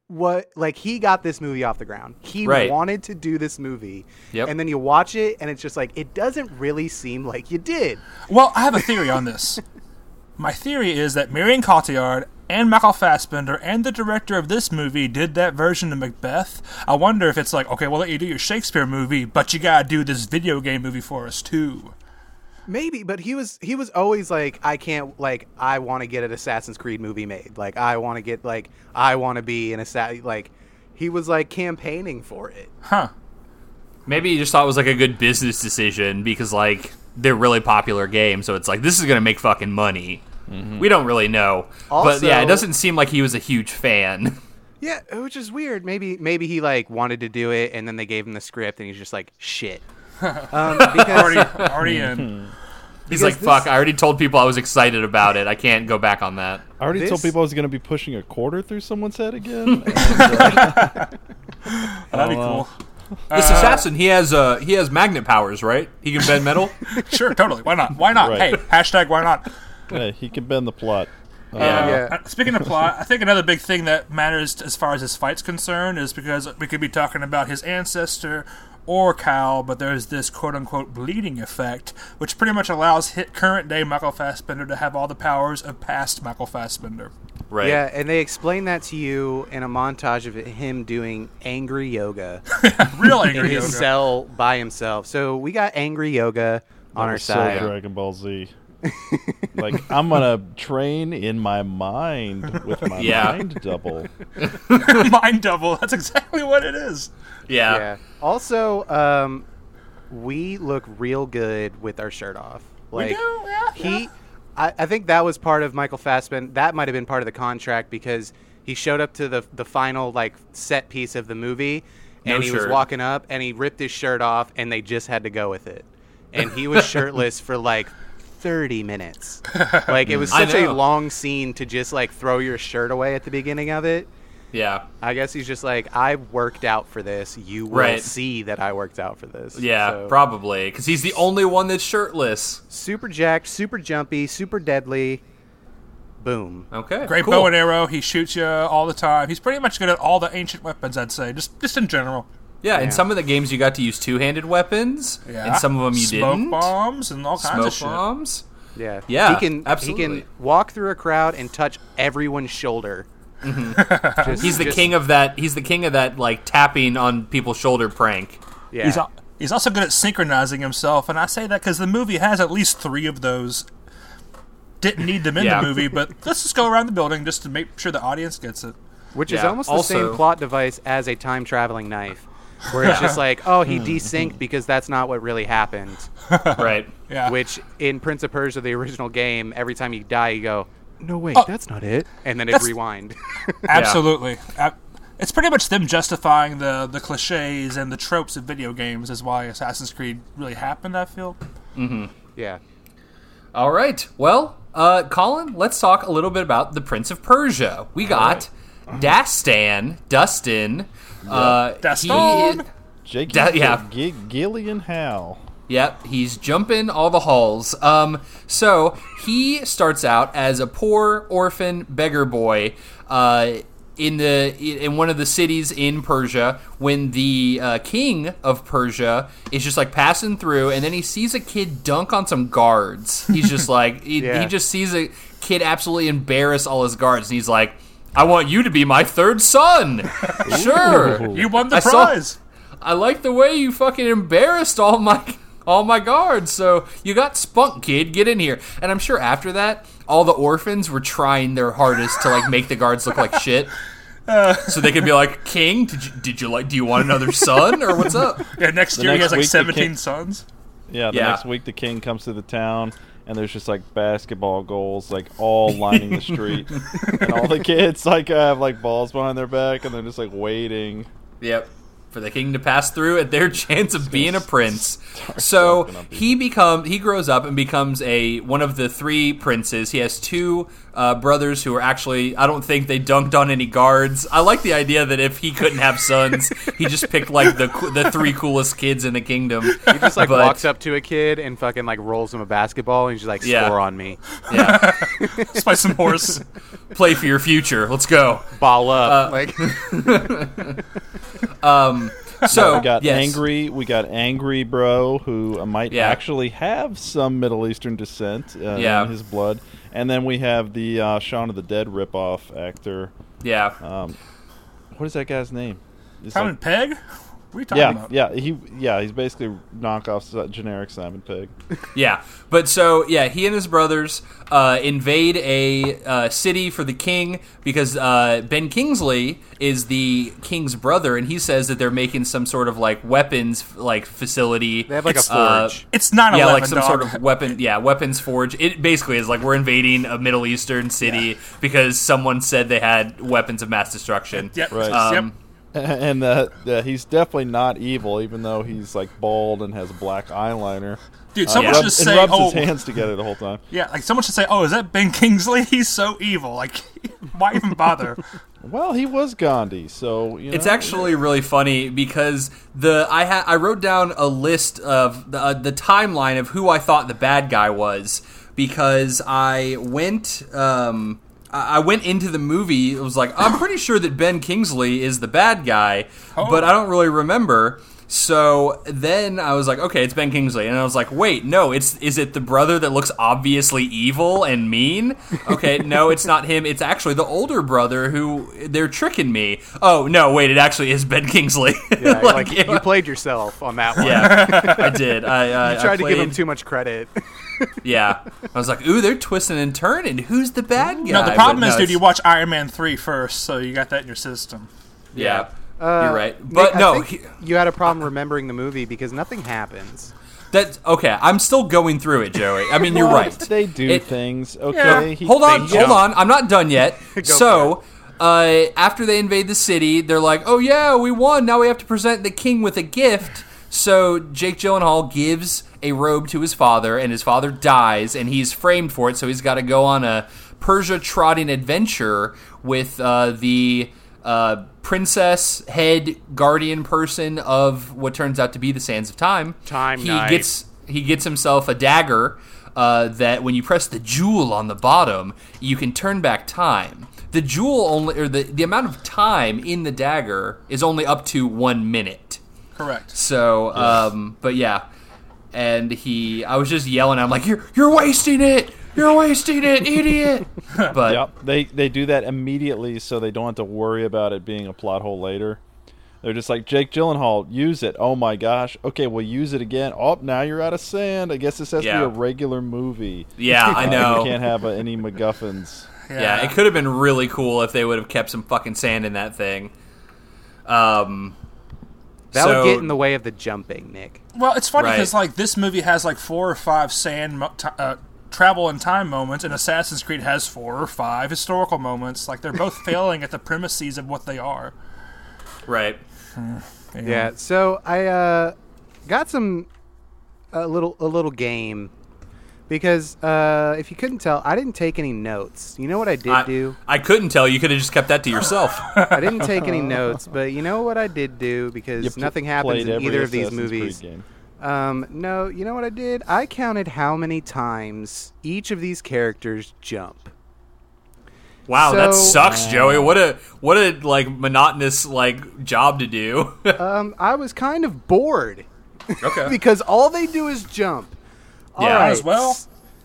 D: what like he got this movie off the ground. He
A: Right.
D: wanted to do this movie.
A: Yep.
D: And then you watch it and it's just like it doesn't really seem like you did.
B: Well, I have a theory on this. My theory is that Marion Cotillard and Michael Fassbender and the director of this movie did that version of Macbeth. I wonder if it's like, okay, we'll let you do your Shakespeare movie, but you gotta do this video game movie for us too.
D: Maybe, but he was he was always like, I can't like I want to get an Assassin's Creed movie made. Like I want to get like I want to be an assassin. Like he was like campaigning for it.
B: Huh.
A: Maybe he just thought it was like a good business decision because like they're really popular games, so it's like this is gonna make fucking money. We don't really know, but yeah,
D: Also-
A: it doesn't seem like he was a huge fan.
D: Yeah, which is weird. Maybe maybe he like wanted to do it, and then they gave him the script, and he's just like shit. Um, because
B: Already, already in.
A: He's like,
D: this-
A: "Fuck! I already told people I was excited about it. I can't go back on that."
C: I already told
D: This-
C: people I was going to be pushing a quarter through someone's head again.
B: That'd be cool.
A: This assassin, he has uh, he has magnet powers, right? He can bend metal.
B: Sure, totally. Why not? Why not?
C: Right.
B: Hey, hashtag why not?
C: hey, he can bend the plot.
D: Yeah.
B: Uh,
D: Yeah.
B: Speaking of plot, I think another big thing that matters as far as his fight's concerned is because we could be talking about his ancestor or Kyle, but there's this quote unquote bleeding effect, which pretty much allows hit current day Michael Fassbender to have all the powers of past Michael Fassbender.
A: Right.
D: Yeah, and they explain that to you in a montage of him doing angry yoga
B: Real
D: in
B: angry
D: his
B: yoga.
D: cell by himself. So we got angry yoga
C: That
D: on our
C: was so
D: side.
C: Dragon Ball Z. like I'm gonna train in my mind with my
A: Yeah.
C: mind double.
B: Mind double. That's exactly what it is.
A: Yeah.
D: Yeah. Also, um, we look real good with our shirt off. Like
B: we do, yeah.
D: he,
B: yeah.
D: I, I think that was part of Michael Fassbender. That might have been part of the contract because he showed up to the the final like set piece of the movie, and
A: No
D: he was
A: shirt.
D: walking up and he ripped his shirt off, and they just had to go with it, and he was shirtless for like. 30 minutes. Like it was
A: I
D: such a
A: know.
D: long scene to just like throw your shirt away at the beginning of it.
A: Yeah.
D: I guess he's just like, I worked out for this. You will
A: Right.
D: see that I worked out for this.
A: Yeah,
D: So,
A: probably because he's the only one that's shirtless.
D: super jacked, super jumpy, super deadly. Boom.
A: Okay,
B: Great
A: cool.
B: bow and arrow. He shoots you all the time. He's pretty much good at all the ancient weapons, I'd say, just just in general.
A: Yeah, in some of the games you got to use two-handed weapons,
B: Yeah.
A: and some of them you
B: Smoke
A: didn't.
B: bombs and all kinds
A: Smoke
B: of shit.
A: bombs.
D: Yeah.
A: Yeah,
D: He can he
A: absolutely.
D: can walk through a crowd and touch everyone's shoulder. Just-
A: Mm-hmm. He's the
D: just-
A: king of that. He's the king of that like tapping on people's shoulder prank.
D: Yeah.
B: He's al- he's also good at synchronizing himself, and I say that because the movie has at least three of those. Didn't need them in
A: Yeah.
B: the movie, but let's just go around the building just to make sure the audience gets it.
D: which is
A: yeah,
D: almost the
A: also-
D: same plot device as a time traveling knife. Where it's just like, oh,
A: Hmm.
D: he desynced because that's not what really happened.
A: right.
B: Yeah,
D: Which in Prince of Persia, the original game, every time you die, you go, no, wait,
A: Uh,
D: that's not it. And then it
B: That's-
D: rewind.
B: absolutely. Ab- It's pretty much them justifying the the cliches and the tropes of video games is why Assassin's Creed really happened. I feel.
D: yeah.
A: All right. Well, uh, Colin, let's talk a little bit about the Prince of Persia. We got Dastan, Dustin. Uh,
B: Dastan!
A: he-
C: Jake,
A: Da- yeah.
C: G- Gillian Howe.
A: Yep, he's jumping all the halls. Um, so he starts out as a poor orphan beggar boy uh, in the in one of the cities in Persia. When the uh, king of Persia is just like passing through, and then he sees a kid dunk on some guards. He's just like he,
D: Yeah.
A: he just sees a kid absolutely embarrass all his guards, and he's like, "I want you to be my third son." sure,
C: Ooh.
B: You won the
A: I saw-
B: prize.
A: I like the way you fucking embarrassed all my all my guards. So you got spunk, kid. Get in here. And I'm sure after that, all the orphans were trying their hardest to like make the guards look like shit, so they could be like, "King, did you, did you like? Do you want another son or what's up?"
B: Yeah, next year
C: next
B: he has like
C: week they
B: seventeen
C: kick-
B: sons.
C: Yeah, the
A: Yeah.
C: next week the king comes to the town and there's just like basketball goals like all lining the street and all the kids like have like balls behind their back and they're just like waiting.
A: Yep. For the king to pass through at their chance of being a prince. So
C: talking up
A: he become he grows up and becomes a one of the three princes. He has two uh, brothers who are actually I don't think they dunked on any guards. I like the idea that if he couldn't have sons, he just picked like the coo- the three coolest kids in the kingdom.
D: He just like
A: But-
D: walks up to a kid and fucking like rolls him a basketball and he's just like
A: Yeah.
D: score on me,
A: Yeah.
B: Let's play some horse.
A: Play for your future. Let's go.
D: ball up.
A: Uh,
D: like
A: So
C: We
A: Oh,
C: got
A: yes.
C: angry. We got angry, bro, who uh, might
A: Yeah.
C: actually have some Middle Eastern descent uh,
A: Yeah.
C: in his blood. And then we have the uh, Shaun of the Dead ripoff actor.
A: Yeah.
C: Um, what is that guy's name? It's
B: Simon
C: like-
B: Peg. What are you talking
C: yeah,
B: about?
C: yeah, he, yeah, he's basically knockoff si- generic Simon Pegg.
A: Yeah, but so yeah, he and his brothers uh, invade a uh, city for the king because uh, Ben Kingsley is the king's brother, and he says that they're making some sort of like weapons like facility.
D: they have like a
A: Uh,
D: forge.
B: It's nine
A: yeah,
B: eleven.
A: like some sort of weapon. Yeah, weapons forge. It basically is like we're invading a Middle Eastern city because someone said they had weapons of mass destruction.
B: Yep.
C: Right.
B: Yep.
A: Um,
C: and uh, uh, he's definitely not evil, even though he's like bald and has black eyeliner. Uh,
B: Dude, someone
A: uh, yeah.
B: should
C: Rubs-
B: just
C: and
B: say,
C: rubs
B: "Oh,
C: his hands together the whole time.
B: Yeah, like someone should say, "Oh, is that Ben Kingsley? He's so evil. Like, why even bother?"
C: Well, he was Gandhi, so you know,
A: It's actually really funny because the I ha- I wrote down a list of the, uh, the timeline of who I thought the bad guy was because I went um I I went into the movie. It was like I'm pretty sure that Ben Kingsley is the bad guy, but I don't really remember. So then I was like, okay, it's Ben Kingsley, and I was like, wait, no, it's is it the brother that looks obviously evil and mean? Okay, no, it's not him. It's actually the older brother who they're tricking me. Oh no, wait, it actually is Ben Kingsley.
D: Yeah, like,
A: it-
D: you played yourself on that one.
A: yeah, I did. I, I
D: You tried
A: I
D: to give him
A: played-
D: too much credit.
A: Yeah, I was like, ooh, they're twisting and turning. Who's the bad guy?
B: No, the
A: But
B: problem is,
A: no,
B: dude, you
A: it's-
B: watch Iron Man 3 first, so you got that in your system.
A: Yeah,
D: Uh,
A: you're right.
D: Nick,
A: But
D: I
A: no,
D: think
A: he-
D: you had a problem remembering the movie because nothing happens.
A: that's okay. I'm still going through it, Joey. I mean, you're right.
C: They do
A: It-
C: things. Okay. He-
A: hold on,
C: they
A: hold
C: jump.
A: on. I'm not done yet. so, uh, after they invade the city, they're like, "Oh yeah, we won. Now we have to present the king with a gift." So Jake Gyllenhaal gives a robe to his father, and his father dies, and he's framed for it. So he's got to go on a Persia trotting adventure with uh, the uh, princess head guardian person of what turns out to be the Sands of Time.
D: Time
A: He
D: Knight.
A: gets he gets himself a dagger uh, that when you press the jewel on the bottom, you can turn back time. The jewel only, or the, the amount of time in the dagger is only up to one minute.
B: Correct.
A: So, um, but yeah, and he, I was just yelling. I'm like, "You're you're wasting it! You're wasting it, idiot!" But
C: Yep. They they do that immediately so they don't have to worry about it being a plot hole later. They're just like Jake Gyllenhaal, use it. Oh my gosh. Okay, we'll use it again. Oh, now you're out of sand. I guess this has
A: Yeah.
C: to be a regular movie.
A: yeah, I
C: Uh,
A: know.
C: we can't have uh, any MacGuffins.
A: Yeah, it could have been really cool if they would have kept some fucking sand in that thing. Um,
D: That
A: so-
D: would get in the way of the jumping, Nick.
B: Well, it's funny
A: Right.
B: because like this movie has like four or five sand mo- ti uh, travel and time moments, and Assassin's Creed has four or five historical moments. Like they're both failing at the premises of what they are.
A: right.
D: Yeah. So I uh, got some a little a little game because uh, if you couldn't tell, I didn't take any notes. You know what I did
A: I,
D: do?
A: I couldn't tell. You could have just kept that to yourself.
D: I didn't take any notes, but you know what I did do because
C: You pl-
D: nothing happens
C: played
D: in
C: every
D: either of these
C: Assassin's Creed
D: movies.
C: game.
D: Um, no, you know what I did? I counted how many times each of these characters jump.
A: Wow, that
D: So- uh,
A: sucks, Joey. What a what a like monotonous like job to do.
D: Um, I was kind of bored
A: okay.
D: because all they do is jump. All
A: Yeah.
B: Might as well.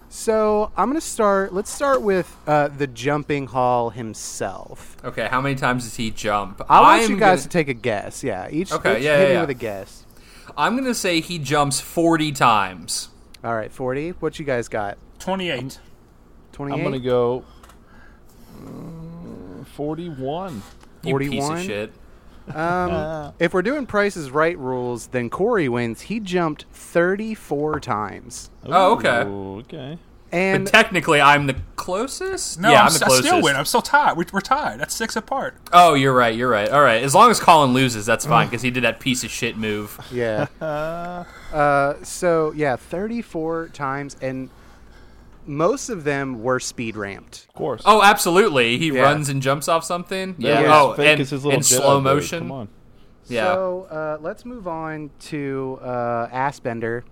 D: So I'm gonna start. Let's start with uh, the jumping hall himself.
A: Okay, how many times does he jump?
D: I want
A: I'm
D: you guys to
A: gonna,
D: take a guess. Yeah, each,
A: Okay,
D: each
A: yeah,
D: hit
A: yeah,
D: me
A: yeah.
D: with a guess.
A: I'm going to say he jumps 40 times.
D: All right, forty. What you guys got?
B: Twenty-eight.
D: Twenty-eight.
C: I'm gonna go mm, forty-one.
A: You piece of
D: 41?
A: shit.
D: Um, if we're doing prices right rules, then Corey wins. He jumped 34 times.
A: Oh, okay.
C: Ooh, okay.
A: But
D: And
A: technically I'm the closest?
B: No,
A: yeah,
B: I'm,
A: I'm,
B: s-
A: the
B: I
A: closest.
B: still win. I'm still tied. We're, we're tied. That's six apart.
A: oh, you're right, you're right. All right, as long as Colin loses, that's
D: Mm.
A: fine cuz he did that piece of shit move.
D: yeah. Uh, so yeah, 34 times and most of them were speed ramped.
C: Of course.
A: Oh, absolutely. He
D: Yeah.
A: runs and jumps off something. Yeah.
D: was
A: Oh,
C: fake
A: and,
C: as his little
A: and
C: Jedi
A: slow
C: dude.
A: motion.
C: Come on.
A: Yeah.
D: So uh, let's move on to uh, Assbender.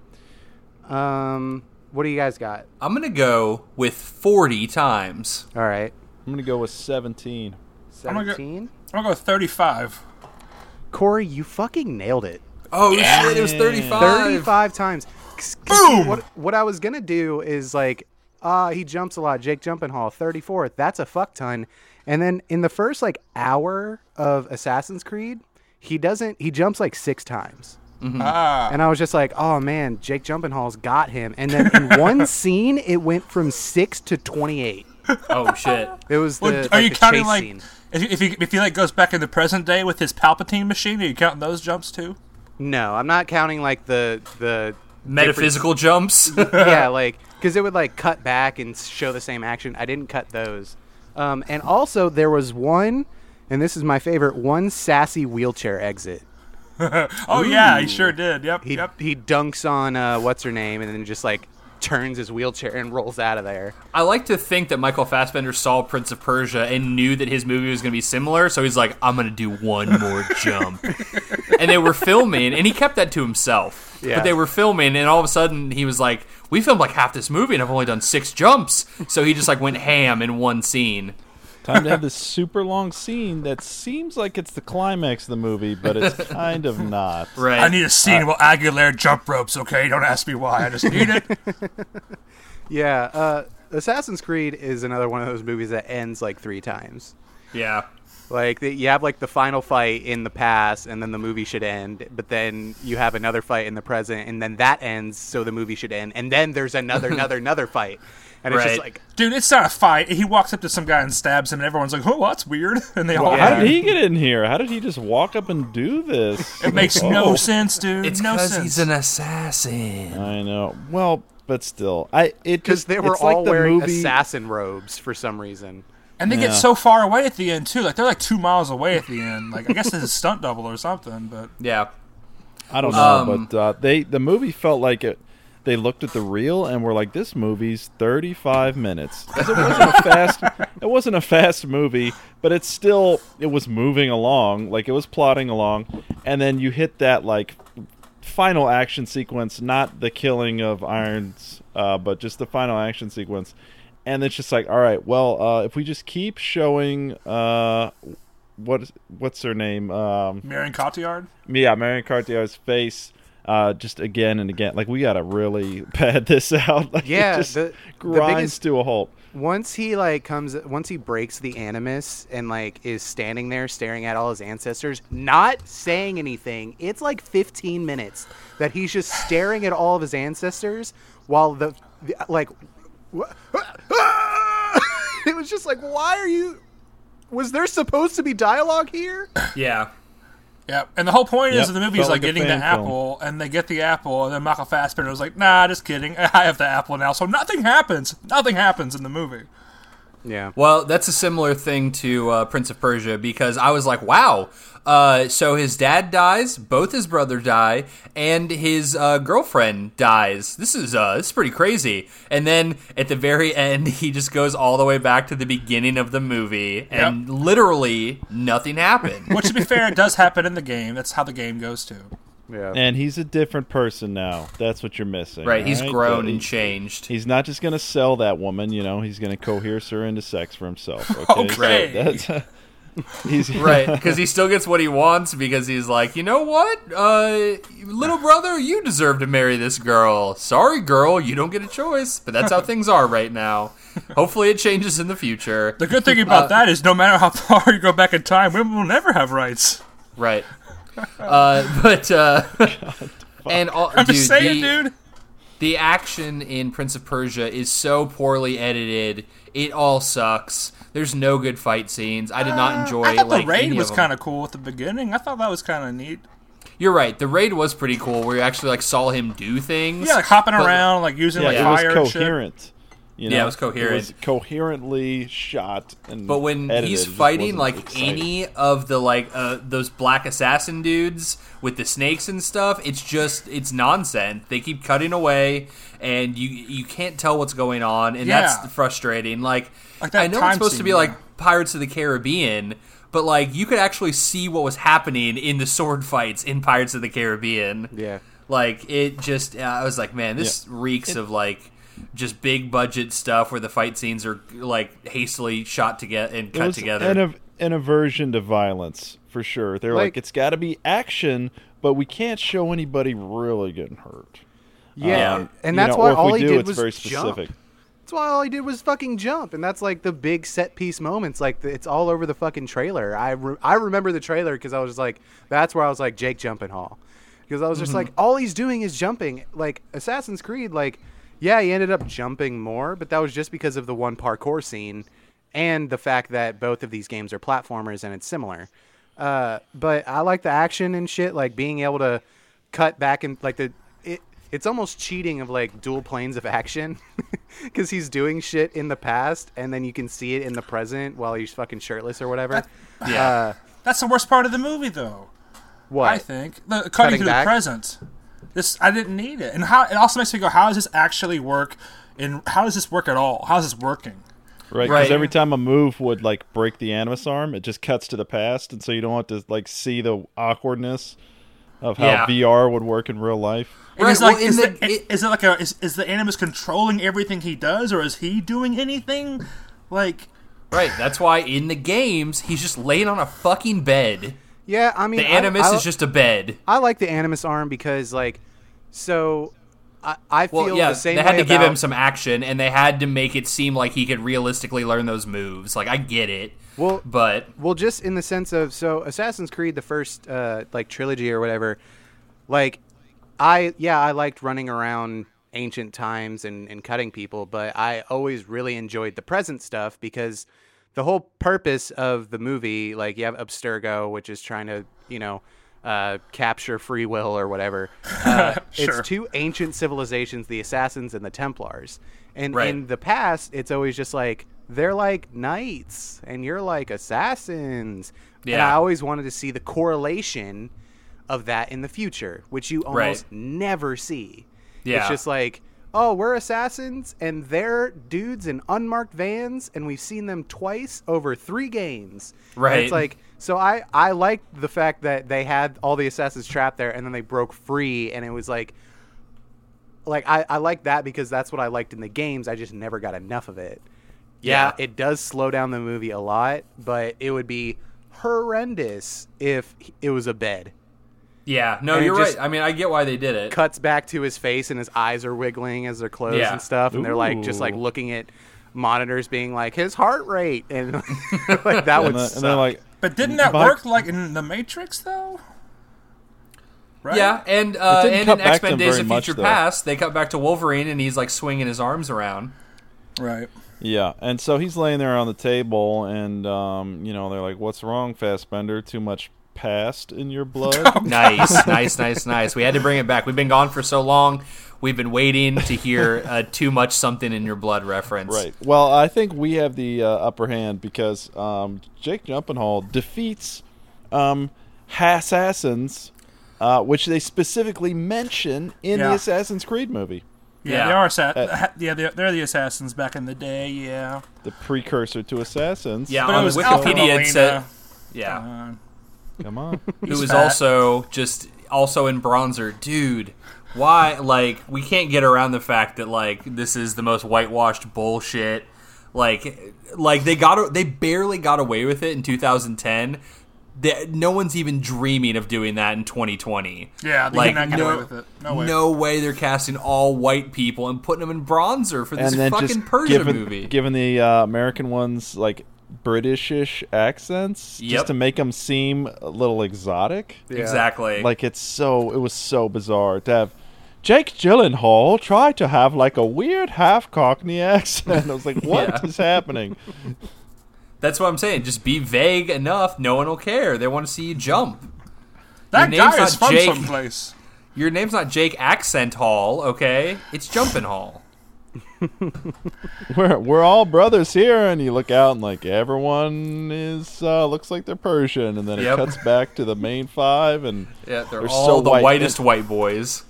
D: Um, what do you guys got?
A: I'm going to go with 40 times.
D: All right.
C: I'm gonna go with seventeen.
B: I'm gonna go-
D: 17.
B: I'm gonna go thirty-five.
D: Corey, you fucking nailed it.
A: Oh shit! It was thirty-five.
D: 35 times. C- see, What, what I was going to do is like, ah, he jumps a lot. Jake Jumpinhall, 34. That's a fuck ton. And then in the first like hour of Assassin's Creed, he doesn't, he jumps like six times.
B: Ah,
D: And I was just like, oh man, Jake Jumpinhall's got him. And then in one scene, it went from six to 28.
A: Oh shit!
D: It was the,
B: Well,
D: like,
B: are you
D: the
B: counting
D: chase
B: like
D: scene.
B: if he, if, he, if he like goes back in the present day with his Palpatine machine? Are you counting those jumps too?
D: No, I'm not counting like the, the,
A: Metaphysical jumps.
D: yeah, like because it would like cut back and s- show the same action. I didn't cut those. Um, and also there was one, and this is my favorite one sassy wheelchair exit.
B: Oh yeah, he sure did. Yep,
D: He
B: yep.
D: he dunks on uh, what's her name, and then just like turns his wheelchair and rolls out of there.
A: I like to think that Michael Fassbender saw Prince of Persia and knew that his movie was going to be similar, so he's like, "I'm going to do one more jump," and they were filming, and he kept that to himself.
D: Yeah.
A: But they were filming, and all of a sudden he was like, "We filmed like half this movie, and I've only done six jumps." So he just like went ham in one scene.
C: Time to have this super long scene that seems like it's the climax of the movie, but it's kind of not.
A: Right.
B: I need a scene about Aguilera jump ropes, okay? Don't ask me why. I just need it.
D: Yeah, uh, Assassin's Creed is another one of those movies that ends like three times.
A: yeah.
D: Like the, you have like the final fight in the past, and then the movie should end. But then you have another fight in the present, and then that ends, so the movie should end. And then there's another, another, another fight, and it's just
A: Right.
D: like
B: Dude, it's not a fight. He walks up to some guy and stabs him, and everyone's like, oh, that's weird. And they all.
D: Yeah.
C: How did he get in here? How did he just walk up and do this? Oh,
B: It makes no sense, dude.
A: It's
B: no
A: because
B: sense.
A: he's an assassin.
C: I know. Well, but still, I it
D: because
C: just
D: they were
C: it's
D: all
C: like the
D: wearing
C: movie.
D: assassin robes for some reason.
B: And they
C: Yeah.
B: get so far away at the end too. Like they're like two miles away at the end. Like I guess this is stunt double or something. But
A: Yeah.
C: I don't know,
A: Um,
C: but uh, they the movie felt like it. They looked at the reel and were like, "This movie's 35 minutes." 'Cause It wasn't a fast. It wasn't a fast movie, but it's still it was moving along, like it was plotting along, and then you hit that like final action sequence, not the killing of Irons, uh, but just the final action sequence, and it's just like, all right, well, uh, if we just keep showing, uh, what what's her name? Um,
B: Marion Cotillard.
C: yeah, Marion Cartillard's face uh, just again and again. Like we gotta really pad this out. Like, it
D: Yeah,
C: just
D: the- the
C: grinds
D: biggest-
C: to a halt.
D: Once he like comes, once he breaks the animus and like is standing there staring at all his ancestors, not saying anything. It's like 15 minutes that he's just staring at all of his ancestors while the, the like, it was just like, why are you? Was there supposed to be dialogue here?
A: Yeah.
B: Yeah. And the whole point
C: Yep.
B: is of the movie
C: Felt
B: is like,
C: like a
B: getting the
C: fan film.
B: apple, and they get the apple, and then Michael Fassbender was like, Nah, just kidding. I have the apple now, so nothing happens. Nothing happens in the movie.
D: Yeah.
A: Well, that's a similar thing to uh, Prince of Persia because I was like, wow. Uh, so his dad dies, both his brothers die, and his uh, girlfriend dies. This is uh, this is pretty crazy. And then at the very end, he just goes all the way back to the beginning of the movie, and literally nothing happened.
B: Which, to be fair, it does happen in the game. That's how the game goes too.
D: Yeah.
C: And he's a different person now. That's what you're missing.
A: right? He's
C: all
A: grown
C: He-
A: and changed.
C: He's not just gonna sell that woman. You know, he's gonna coerce her into sex for himself. Okay. So
B: Okay.
C: that's, he's
A: right because he still gets what he wants because he's like you know what uh, little brother you deserve to marry this girl sorry girl you don't get a choice but that's how things are right now hopefully it changes in the future
B: The good thing
C: Uh,
B: about that is, no matter how far you go back in time, women will never have rights.
A: right uh, but uh, and all,
B: I'm just saying,
A: the-
B: dude.
A: the action in Prince of Persia is so poorly edited. It all sucks. There's no good fight scenes. I did not enjoy.
B: Uh, I thought
A: like,
B: the raid
A: any
B: was
A: of them.
B: kind of cool at the beginning. I thought that was kind of neat.
A: You're right. The raid was pretty cool, where you actually like saw him do things.
B: Yeah, like hopping
A: but-
B: around, like using
C: Yeah,
B: like
C: it
B: fire and
C: was
B: shit.
C: coherent. You know,
A: Yeah, it was coherent.
C: was coherently shot. And
A: But when
C: Mm. edited, it
A: he's
C: just
A: fighting
C: wasn't
A: like
C: exciting.
A: any of the like uh, those black assassin dudes with the snakes and stuff, it's just it's nonsense. They keep cutting away, and you you can't tell what's going on, and
B: Yeah.
A: that's frustrating. Like,
B: Like that
A: I know it's
B: time
A: supposed to
B: scene,
A: be
B: yeah.
A: like Pirates of the Caribbean, but like you could actually see what was happening in the sword fights in Pirates of the Caribbean.
D: Yeah.
A: Like it just, uh, I was like, man, this reeks of like just big budget stuff where the fight scenes are like hastily shot together and
C: It
A: cut
C: was
A: together.
C: An, av- an aversion to violence for sure. They're like,
D: Like-
C: it's got to be action, but we can't show anybody really getting hurt.
D: Yeah.
A: Um,
D: and
C: You
D: that's
C: know,
D: why
C: or if
D: all
C: we
D: he
C: do,
D: did
C: it's
D: was
C: very
D: jump.
C: specific.
D: That's why all he did was fucking jump, and that's like the big set piece moments. Like the, it's all over the fucking trailer. I re- I remember the trailer because I was just like, that's where I was like Jake jumping hall, because I was just like, all he's doing is jumping. Like Assassin's Creed, like yeah, he ended up jumping more, but that was just because of the one parkour scene and the fact that both of these games are platformers and it's similar. Uh, but I like the action and shit, like being able to cut back and like the it it's almost cheating of like dual planes of action because he's doing shit in the past and then you can see it in the present while he's fucking shirtless or whatever.
A: Yeah.
D: Uh,
B: That's the worst part of the movie, though.
D: what?
B: I think the, cutting,
D: Cutting
B: through
D: back?
B: the present. This I didn't need it, and how it also makes me go, how does this actually work? And how does this work at all? How is this working?
C: Right, because
A: Right.
C: every time a move would like break the animus arm, it just cuts to the past, and so you don't have to like see the awkwardness of how
A: Yeah.
C: VR would work in real life.
B: And it's
A: Right,
B: like,
A: well,
B: is,
A: in
B: the,
A: the- it-
B: is it like a is, is the animus controlling everything he does, or is he doing anything? Like,
A: Right. That's why in the games he's just laying on a fucking bed.
D: Yeah, I mean,
A: The animus
D: I, I,
A: is just a bed.
D: I like the animus arm because like, so I, I feel
A: Well, yeah,
D: the same.
A: they had
D: way
A: to give
D: about-
A: him some action, and they had to make it seem like he could realistically learn those moves. Like I get it.
D: Well-
A: but
D: Well, just in the sense of so Assassin's Creed, the first uh, like trilogy or whatever, like I yeah I liked running around ancient times and, and cutting people, but I always really enjoyed the present stuff because the whole purpose of the movie, like you have Abstergo, which is trying to you know uh, capture free will or whatever. Uh,
B: Sure.
D: It's two ancient civilizations, the Assassins and the Templars, and
A: Right.
D: in the past, it's always just like they're like knights and you're like assassins. And
A: Yeah.
D: I always wanted to see the correlation of that in the future, which you almost never see.
A: Yeah.
D: It's just like, oh, we're assassins and they're dudes in unmarked vans and we've seen them twice over three games. And
A: Right.
D: it's like so I I liked the fact that they had all the assassins trapped there and then they broke free and it was like like I, I like that because that's what I liked in the games. I just never got enough of it.
A: Yeah.
D: it does slow down the movie a lot, but it would be horrendous if he- it was a bed.
A: yeah, no,
D: And it
A: you're
D: just-
A: right. I mean, I get why they did it.
D: Cuts back to his face and his eyes are wiggling as they're closed
A: Yeah.
D: and stuff, and they're like just like
C: Ooh.
D: looking at monitors, being like his heart rate, and like that would
C: And, the-
D: suck.
C: and they're like,
B: but didn't that
C: But-
B: work like in the Matrix though? Right?
A: Yeah, and uh,
C: It didn't
A: and
C: cut
A: in
C: back
A: X
C: to
A: Men
C: him
A: Days
C: very
A: of
C: much,
A: Future
C: though.
A: Past, they cut back to Wolverine, and he's like swinging his arms around.
B: Right.
C: yeah. And so he's laying there on the table, and um, you know, they're like, "What's wrong, Fassbender? Too much past in your blood?"
A: Nice, nice, nice, nice. We had to bring it back. We've been gone for so long. We've been waiting to hear uh, too much something in your blood reference.
C: right. Well, I think we have the uh, upper hand because um, Jake Jumpenhall defeats um, assassins, uh, which they specifically mention in
B: Yeah.
C: the Assassin's Creed movie.
B: Yeah,
A: Yeah.
B: they are assa- ha- yeah, they're, they're the assassins back in the day. Yeah.
C: The precursor to assassins.
A: Yeah,
B: But it
A: on
B: was
A: Wikipedia
B: Alpha
A: it said.
B: Molina.
A: Yeah,
B: Um,
C: Come on.
A: who was
B: fat.
A: also just also in Bronzer, dude. Why? Like, we can't get around the fact that like this is the most whitewashed bullshit. Like, like they got they barely got away with it in 2010. That no one's even dreaming of doing that in 2020.
B: Yeah, they
A: like
B: cannot get away with it. No way.
A: way they're casting all white people and putting them in Bronzer for this
C: and then
A: fucking
C: just
A: Persia
C: given,
A: movie.
C: given the uh, American ones like Britishish accents,
A: Yep.
C: just to make them seem a little exotic.
D: Yeah.
A: Exactly.
C: Like it's so, it was so bizarre to have Jake Gyllenhaal try to have like a weird half Cockney accent. I was like, what is
A: Yeah.
C: happening?
A: That's what I'm saying. Just be vague enough. No one will care. They want to see you jump.
B: that
A: Your name's
B: guy is
A: not
B: from
A: Jake.
B: someplace.
A: Your name's not Jake Accent Hall, okay? It's Jumpin' Hall.
C: We're we're all brothers here, and you look out and like everyone is uh, looks like they're Persian, and then
A: Yep.
C: it cuts back to the main five and.
A: Yeah, they're,
C: They're
A: all
C: so
A: the
C: white.
A: whitest white boys.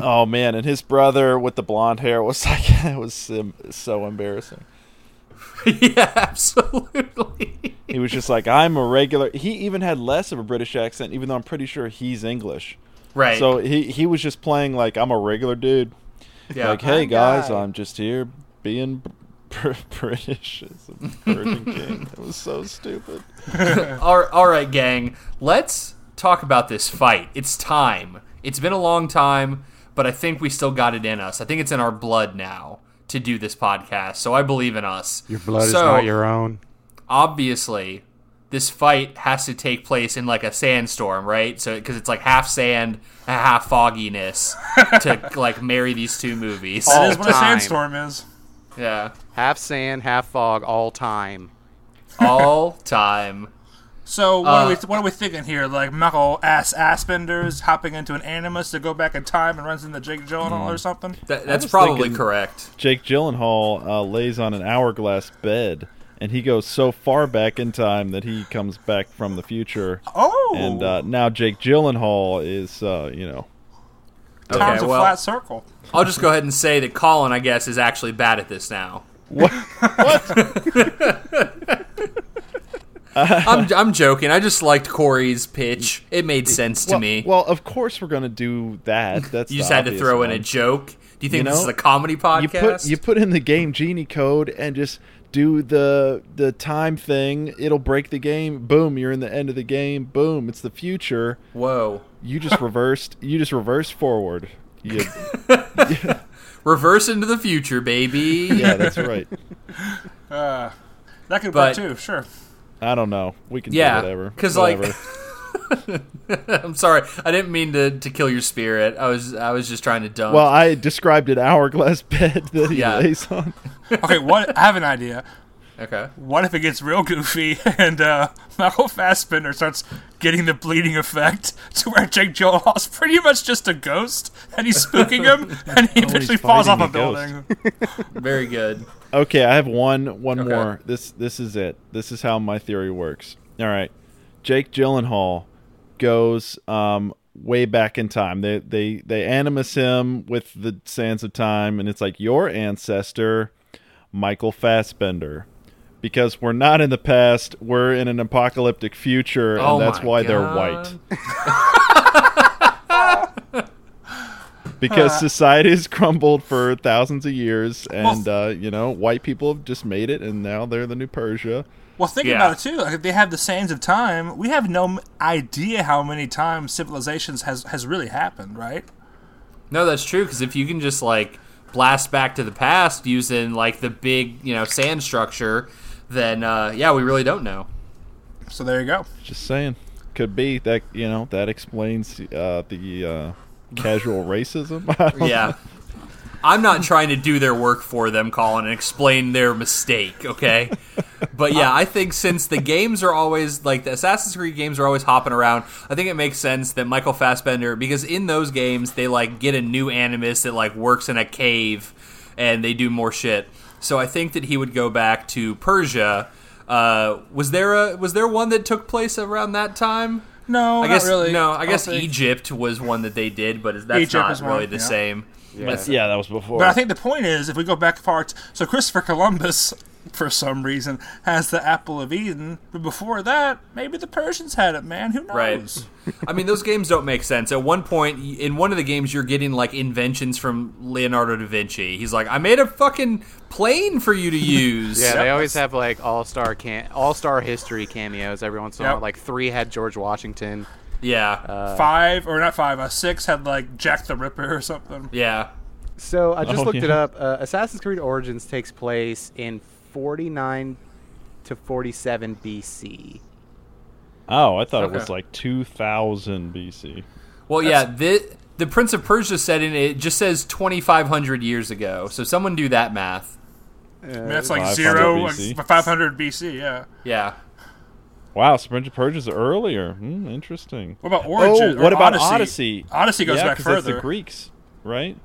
C: Oh man, and his brother with the blonde hair was like it was um, so embarrassing.
A: yeah, absolutely.
C: He was just like, "I'm a regular." He even had less of a British accent, even though I'm pretty sure he's English.
A: Right.
C: So he he was just playing like, "I'm a regular dude."
A: yeah.
C: Like, hey guys,
D: guy."
C: I'm just here being br- br- British as a Virgin King. It was so stupid.
A: All right, all right, gang. Let's talk about this fight. It's time. It's been a long time, but I think we still got it in us. I think it's in our blood now to do this podcast. So I believe in us. Your
D: own.
A: obviously this fight has to take place in like a sandstorm, right? So because it's like half sand, and half fogginess to like marry these two movies.
D: All
B: That is what a
D: time.
B: sandstorm is.
A: Yeah,
D: Half sand, half fog, all time.
A: all time.
B: So what,
C: Uh,
B: are we, what are we thinking here? Like Michael ass Aspenders hopping into an animus to go back in time and runs into Jake
C: Mm-hmm.
B: Gyllenhaal or something?
A: That, that's
C: was
A: probably
C: thinking-
A: correct.
C: Jake Gyllenhaal uh, lays on an hourglass bed, and he goes so far back in time that he comes back from the future.
B: Oh,
C: and uh, now Jake Gyllenhaal is, uh, you know,
B: time's
A: Okay,
B: a
A: well,
B: flat circle.
A: I'll just go ahead and say that Colin, I guess, is actually bad at this now.
C: what? what?
A: I'm, I'm joking. I just liked Corey's pitch. It made sense to
C: well,
A: me.
C: Well, of course we're gonna do that. That's
A: you
C: the
A: just had to
C: obvious
A: throw in a
C: one.
A: joke. Do you think
C: You
A: this
C: know,
A: is a comedy podcast?
C: You put you put in the game genie code and just do the the time thing. It'll break the game. Boom, you're in the end of the game. Boom, it's the future.
A: Whoa.
C: You just reversed. You just reversed forward. You,
A: Reverse into the future, baby.
C: yeah, that's right.
B: Uh, that could
A: But-
B: work too, sure.
C: I don't know. We can
A: Yeah,
C: do whatever.
A: 'cause, like-
C: Whatever.
A: I'm sorry. I didn't mean to, to kill your spirit. I was I was just trying to dump.
C: well, I described an hourglass bed that he
A: Yeah.
C: lays on.
B: Okay, what? I have an idea.
A: okay.
B: What if it gets real goofy and uh, Michael Fassbender starts getting the bleeding effect to where Jake Gyllenhaal's pretty much just a ghost and he's spooking him and he eventually falls off
C: fighting
B: a,
C: a ghost.
B: building.
A: Very good.
C: Okay, I have one one
A: Okay.
C: more. This this is it. This is how my theory works. All right. Jake Gyllenhaal goes um way back in time. They they they animus him with the sands of time and it's like your ancestor Michael Fassbender. Because we're not in the past, we're in an apocalyptic future, and
A: Oh
C: that's
A: my
C: why they're
A: God.
C: white. because society has crumbled for thousands of years, and uh, you know, white people have just made it, and now they're the new Persia.
B: Well, think
A: Yeah.
B: about it too. Like if they have the sands of time, we have no m- idea how many times civilizations has has really happened, right?
A: No, that's true. Because if you can just like blast back to the past using like the big you know sand structure, then uh, yeah, we really don't know.
B: So there you go.
C: Just saying, could be that you know that explains uh, the uh, casual racism. I don't-
A: Yeah. I'm not trying to do their work for them, Colin, and explain their mistake, okay? But yeah, I think since the games are always like the Assassin's Creed games are always hopping around, I think it makes sense that Michael Fassbender because in those games they like get a new animus that like works in a cave and they do more shit. So I think that he would go back to Persia. Uh, was there a was there one that took place around that time?
B: No,
A: I guess
B: not really.
A: no. I,
B: don't
A: guess
B: think-
A: Egypt was one that they did, but that's
B: Egypt
A: not
B: is one,
A: really the
B: yeah.
A: same.
D: Yeah.
C: yeah, that was before.
B: But I think the point is, if we go back far, t- so Christopher Columbus, for some reason, has the apple of Eden. But before that, maybe the Persians had it. Man, who knows?
A: Right. I mean, those games don't make sense. At one point, y- in one of the games, you're getting like inventions from Leonardo da Vinci. He's like, "I made a fucking plane for you to use."
D: Yeah, they always have like all star can all star history cameos every once in a
B: Yep.
D: while. Like three had George Washington.
A: yeah,
D: Uh,
C: Uh,
B: Five or not five? Uh, six had like Jack the Ripper or something.
A: yeah.
D: So I just
C: Oh,
D: looked it
C: yeah.
D: up. Uh, Assassin's Creed Origins takes place in 49 to 47 BC.
C: oh, I thought it was
A: Okay.
C: like 2000 BC.
A: Well, yeah. The the Prince of Persia setting it just says 2,500 years ago. So someone do that math.
D: Uh,
B: I mean, that's like
C: 500
B: zero,
C: BC.
B: like five hundred BC. Yeah.
A: Yeah.
C: Wow, Sponge of Persia's earlier. Hmm, interesting.
B: What about Origin?
C: oh, what
B: or
C: about
B: Odyssey?
C: Odyssey?
B: Odyssey goes
C: Yeah,
B: back
C: 'cause that's
B: further.
C: the Greeks, right?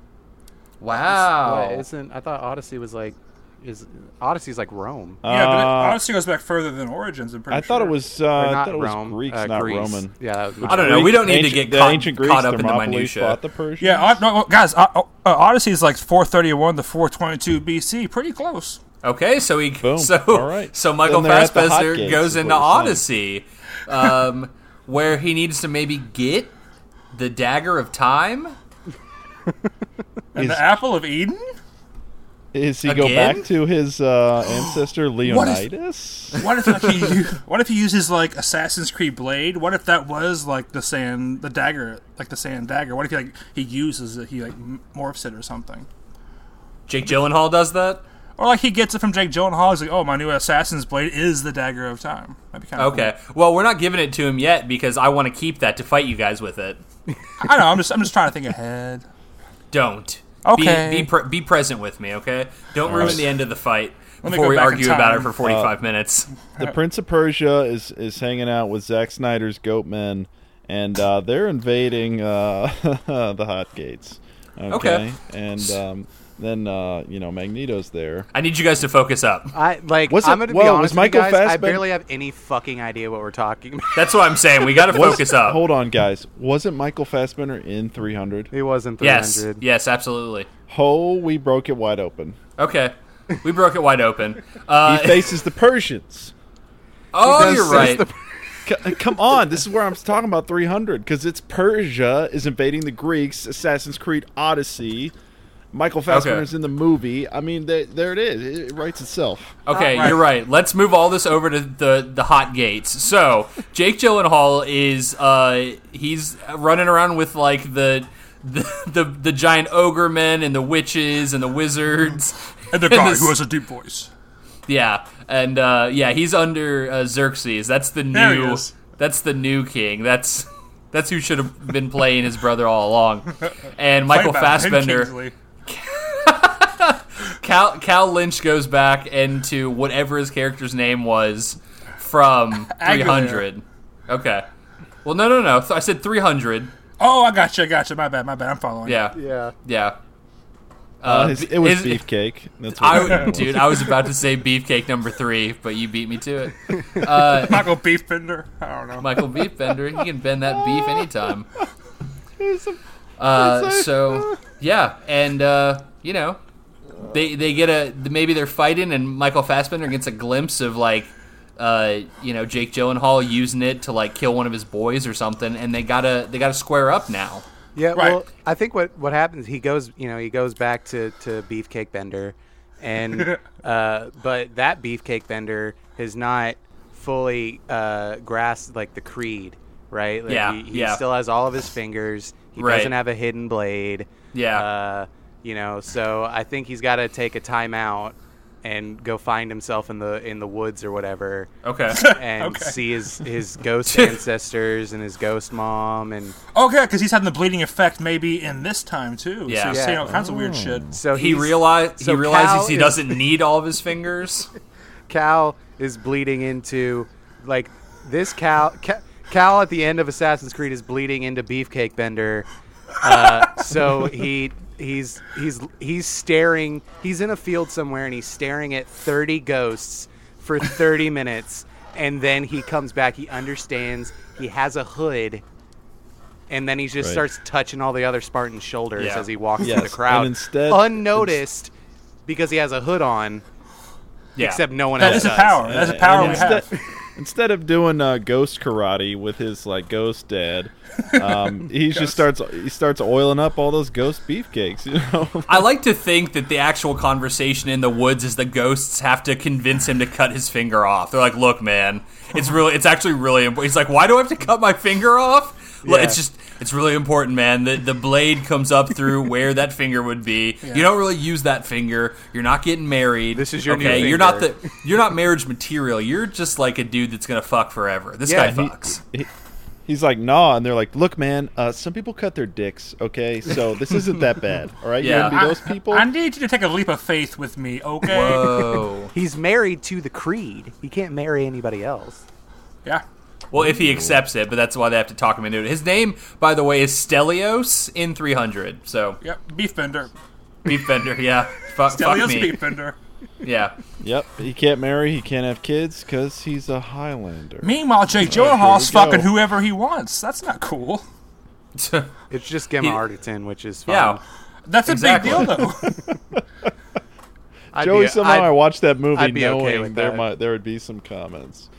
A: Wow.
D: Wait, isn't I thought Odyssey was like is Odyssey's like Rome.
B: Yeah, but it,
C: Uh,
B: Odyssey goes back further than Origins. I'm pretty
C: I thought
B: sure.
C: it was uh,
D: Or
C: I
D: not
C: thought it was
D: Rome,
C: Greeks,
D: uh,
C: not
D: Greece.
C: Roman.
D: Yeah, that was my
A: I don't know.
C: Greeks-
A: we don't need to
C: ancient,
A: get
C: the
A: caught-
C: ancient Greeks,
A: caught up in the
C: Thermopylae
A: minutia.
C: Fought the Persians.
B: Yeah, I, no, well, guys, I, uh, Odyssey is like 431 to 422 BC. Pretty close.
A: Okay, so he
C: Boom.
A: so
C: All right.
A: so Michael
C: Then they're at the
A: Fassbender
C: hotcakes,
A: goes
C: is what
A: into
C: you're saying.
A: Odyssey, um, where he needs to maybe get the dagger of time.
B: And
C: Is-
B: the Apple of Eden?
C: Is he go
A: Again?
C: back to his uh, ancestor
B: is-
C: Leonidas?
B: What if like, he u- what if he uses like Assassin's Creed blade? What if that was like the sand, the dagger, like the sand dagger? What if he like he uses it, he like m- morphs it or something?
A: Jake Gyllenhaal does that.
B: Or like he gets it from Jake Gyllenhaal. He's like, oh, my new Assassin's blade is the dagger of time. That'd be kind of
A: Okay. Well, we're not giving it to him yet because I want to keep that to fight you guys with it.
B: I know. I'm just I'm just trying to think ahead.
A: Don't.
B: Okay.
A: Be be, pre- be present with me, okay? Don't ruin the end of the fight
B: me
A: before
B: go
A: we
B: back in
A: argue about it
B: time.
A: for
C: Uh,
A: 45 minutes.
C: the Prince of Persia is is hanging out with Zack Snyder's goatmen, and uh, they're invading uh, the hot gates.
A: Okay.
C: and um, then uh, you know Magneto's there.
A: I need you guys to focus up.
D: I like
C: Was
D: I'm
C: it-
D: gonna be
C: whoa, was
D: honest
C: Michael
D: with you guys, I
C: Fassbender-
D: barely have any fucking idea what we're talking about.
A: That's what I'm saying. We got to
C: Was-
A: focus up.
C: Hold on, guys. Wasn't Michael Fassbender in 300?
D: It wasn't 300.
A: Yes. Yes, absolutely.
C: Ho, we broke it wide open.
A: Okay. We broke it wide open.
C: He
A: Uh,
C: faces the Persians.
A: Oh,
D: does
A: you're right.
D: sense the-
C: C- uh, Come on, this is where I'm talking about 300 because it's Persia is invading the Greeks. Assassin's Creed Odyssey. Michael Fassbender's in the movie. I mean, th- there it is. It writes itself.
A: Okay,
B: Alright.
A: you're right. Let's move all this over to the the hot gates. So Jake Gyllenhaal is uh he's running around with like the the the, the giant ogre men and the witches and the wizards.
B: And the guy
A: this-
B: who has a deep voice.
A: Yeah, and uh, yeah, he's under uh, Xerxes. That's the
B: There he
A: new.
B: is.
A: That's the new king. That's that's who should have been playing his brother all along. And Michael
B: Fight back, Ben
A: Fassbender.
B: Kingsley.
A: Cal, Cal Lynch goes back into whatever his character's name was from 300. Okay. Well, no, no, no. So I said 300.
B: Oh, I got you. I got you. My bad. My bad. I'm following.
A: Yeah.
D: yeah.
A: Yeah. Uh,
C: His- it was
A: is-
C: beefcake. That's what his name
A: I,
C: was.
A: dude, I was about to say beefcake number three, but you beat me to it.
B: Michael Beefbender. I don't know.
A: Michael Beefbender, he can bend that beef anytime. Uh, so, yeah. And, uh, you know, they they get a maybe they're fighting and Michael Fassbender gets a glimpse of like uh you know Jake Gyllenhaal using it to like kill one of his boys or something and they gotta they gotta square up now.
D: Yeah, well,
B: Right.
D: I think what what happens he goes, you know, he goes back to to Beefcake Bender, and uh, but that Beefcake Bender has not fully uh, grasped like the creed, right? Like,
A: Yeah,
D: he, he
A: yeah.
D: still has all of his fingers. He
A: Right.
D: doesn't have a hidden blade.
A: Yeah.
D: uh, you know, so I think he's got to take a timeout and go find himself in the in the woods or whatever.
A: Okay.
D: And
B: Okay.
D: see his, his ghost ancestors and his ghost mom and
B: Okay, because he's having the bleeding effect maybe in this time too.
A: Yeah.
B: So he's
A: Yeah.
B: saying all kinds of weird shit.
D: so
A: he
D: he's-
A: realized
D: so
A: he realizes
D: Cal
A: he
D: is-
A: doesn't need all of his fingers.
D: Cal is bleeding into like this Cal Ca- Cal at the end of Assassin's Creed is bleeding into Beefcake Bender. Uh, so he he's he's he's staring. He's in a field somewhere and he's staring at 30 ghosts for 30 minutes and then he comes back. He understands. He has a hood. And then he just
C: Right.
D: starts touching all the other Spartans' shoulders
A: Yeah.
D: as he walks
C: Yes,
D: through the
C: and
D: crowd,
C: instead-
D: unnoticed, because he has a hood on.
A: Yeah.
D: Except no one
B: That is
D: else
B: a
D: does.
B: power. That's a power
C: And
B: we have.
C: Instead, instead of doing uh, ghost karate with his like ghost dad, um, he just starts he starts oiling up all those ghost beefcakes. You know,
A: I like to think that the actual conversation in the woods is the ghosts have to convince him to cut his finger off. They're like, "Look, man, it's really, it's actually really important." He's like, "Why do I have to cut my finger off?" Look, It's
D: Yeah.
A: just, it's really important, man. The the blade comes up through where that finger would be. You don't really use that finger. You're not getting married.
D: This is your new
A: okay. You're not the,
D: finger.
A: you're not marriage material. You're just like a dude that's gonna fuck forever. This
D: Yeah,
A: guy
D: he-
A: fucks.
C: He- he's like, nah, and they're like, look, man, uh, some people cut their dicks. Okay, so this isn't that bad. All right,
A: Yeah.
C: you gonna be those people.
B: I need you to take a leap of faith with me, okay?
A: Whoa.
D: He's married to the creed. He can't marry anybody else.
B: Yeah.
A: Well, if he accepts it, but that's why they have to talk him into it. His name, by the way, is Stelios in 300. So,
B: Yep. Beefbender.
A: Beefbender, yeah. Fuck, fuck
B: Delius
A: me.
B: Beefbender.
A: Yeah.
C: Yep, he can't marry. He can't have kids because he's a Highlander.
B: Meanwhile, Jake
C: we
B: Gyllenhaal's
C: go.
B: fucking whoever he wants. That's not cool.
D: It's just Gemma
A: He-
D: Arterton, which is fine.
A: yeah.
B: That's a
A: Exactly.
B: big deal, though.
D: I'd
C: Joey
D: be,
C: somehow I
D: I'd-
C: watched that movie
D: I'd be okay
C: knowing
D: with
C: there
D: that.
C: might there would be some comments.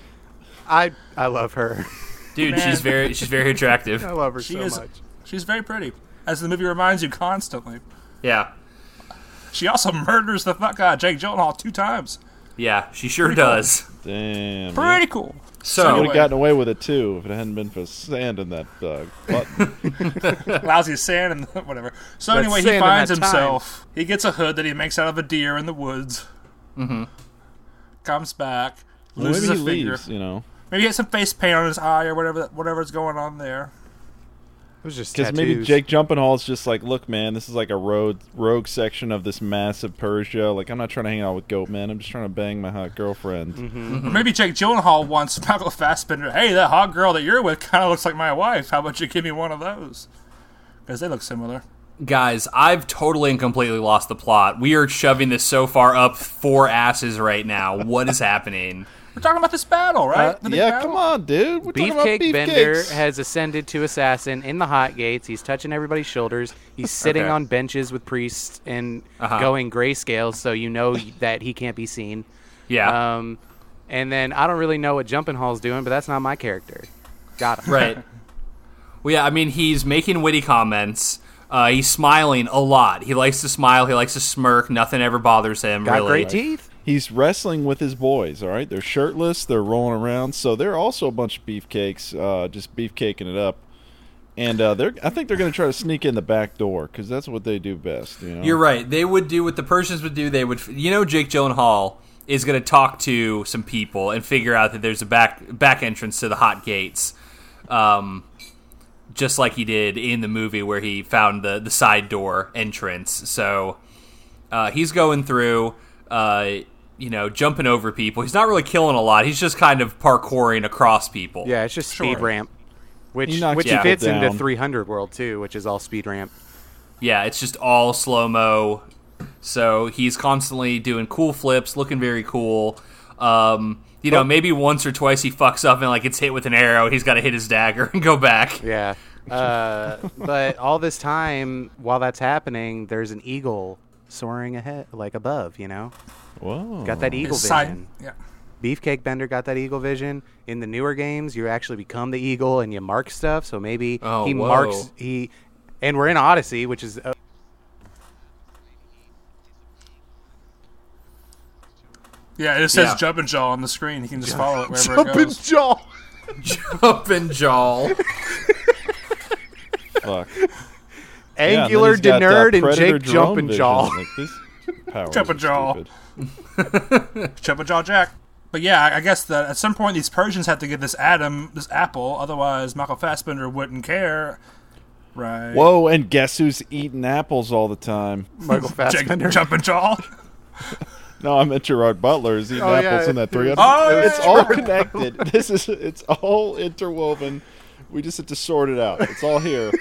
D: I, I love her.
A: Dude,
B: Man.
A: she's very she's very attractive.
D: I love her
B: She
D: so
B: is.
D: much.
B: She's very pretty, as the movie reminds you constantly.
A: Yeah.
B: She also murders the fuck out of Jake Gyllenhaal two times.
A: Yeah, she sure does.
C: Damn, you
B: Pretty cool.
A: So,
C: would have
B: Anyway.
C: gotten away with it too if it hadn't been for sand in that uh, button.
B: lousy sand and whatever. So
D: That's
B: anyway,
D: sand
B: he
D: in
B: finds
D: that time.
B: himself. He gets a hood that he makes out of a deer in the woods. Mm-hmm. Comes back,
C: Well, maybe
B: loses
C: he
B: a finger.
C: leaves. You know,
B: Maybe he has some face paint on his eye or whatever. Whatever's going on there.
D: It was just
C: because
D: tattoos.
C: maybe Jake Jumping Hall is just like, look, man, this is like a road rogue section of this massive Persia. Like, I'm not trying to hang out with goat men. I'm just trying to bang my hot girlfriend.
B: Or maybe Jake Gyllenhaal wants Michael Fassbender. Hey, that hot girl that you're with kind of looks like my wife. How about you give me one of those? Because they look similar.
A: guys, I've totally and completely lost the plot. We are shoving this so far up four asses right now. What is happening?
B: We're talking about this battle, right?
D: Uh,
B: The big
C: Yeah,
B: battle?
C: come on, dude. We're talking about
D: Beefcake Bender
C: beefcakes.
D: has ascended to assassin in the hot gates. He's touching everybody's shoulders. He's sitting
A: Okay.
D: on benches with priests and
A: Uh-huh.
D: going grayscale, so you know that he can't be seen.
A: Yeah.
D: Um, And then I don't really know what Jumping Hall's doing, but that's not my character. Got him.
A: Right. well, yeah, I mean, he's making witty comments. Uh, he's smiling a lot. He likes to smile. He likes to smirk. Nothing ever bothers him.
D: Got
A: really.
D: great teeth.
C: He's wrestling with his boys. All right, they're shirtless. They're rolling around. So they're also a bunch of beefcakes, uh, just beefcaking it up. And uh, they're I think they're going to try to sneak in the back door because that's what they do best. You know,
A: You're right. They would do what the Persians would do. They would, you know, Jake Gyllenhaal is going to talk to some people and figure out that there's a back back entrance to the hot gates, um, just like he did in the movie where he found the the side door entrance. So uh, he's going through. Uh, you know, jumping over people. He's not really killing a lot. He's just kind of parkouring across people.
D: Yeah, it's just speed
B: Sure.
D: ramp, which
C: He knocks
D: which
A: people
D: fits into
C: down.
D: 300 World too, which is all speed ramp.
A: Yeah, it's just all slow mo. So he's constantly doing cool flips, looking very cool. Um, you know, maybe once or twice he fucks up and like gets hit with an arrow. He's got to hit his dagger and go back.
D: Yeah. Uh, but all this time, while that's happening, there's an eagle soaring ahead, like above. You know,
C: Whoa.
D: got that eagle
B: His
D: vision.
B: side, yeah.
D: Beefcake Bender got that eagle vision. In the newer games, you actually become the eagle and you mark stuff. So maybe
A: Oh,
D: he
A: whoa.
D: marks he, and we're in Odyssey, which is uh,
B: Yeah, it says
A: Yeah.
B: Jumpin' Jaw on the screen. He can just follow it wherever it
D: Jumpin'
B: goes.
D: Jaw.
A: Up and jaw.
C: Fuck. Yeah, and then
D: Angular
C: he's got, uh,
D: Denerd and
C: Predator
D: Jake
C: drone
D: Jumpin'
C: vision.
D: Jaw.
C: Like, this power is
B: Jumpin' Jaw.
C: stupid.
B: Jumpin' Jaw Jack. But yeah, I- I guess that at some point these Persians have to get this Adam, this apple, otherwise Michael Fassbender wouldn't care. Right.
C: Whoa! And guess who's eating apples all the time?
D: Michael
B: Jake
D: Fassbender.
B: Jumpin' Jaw.
C: No, I meant Gerard Butler is eating
D: Oh,
C: apples
D: yeah.
C: in that 300.
B: Oh, yeah,
C: it's
B: yeah,
C: all connected. This is it's all interwoven. We just have to sort it out. It's all here.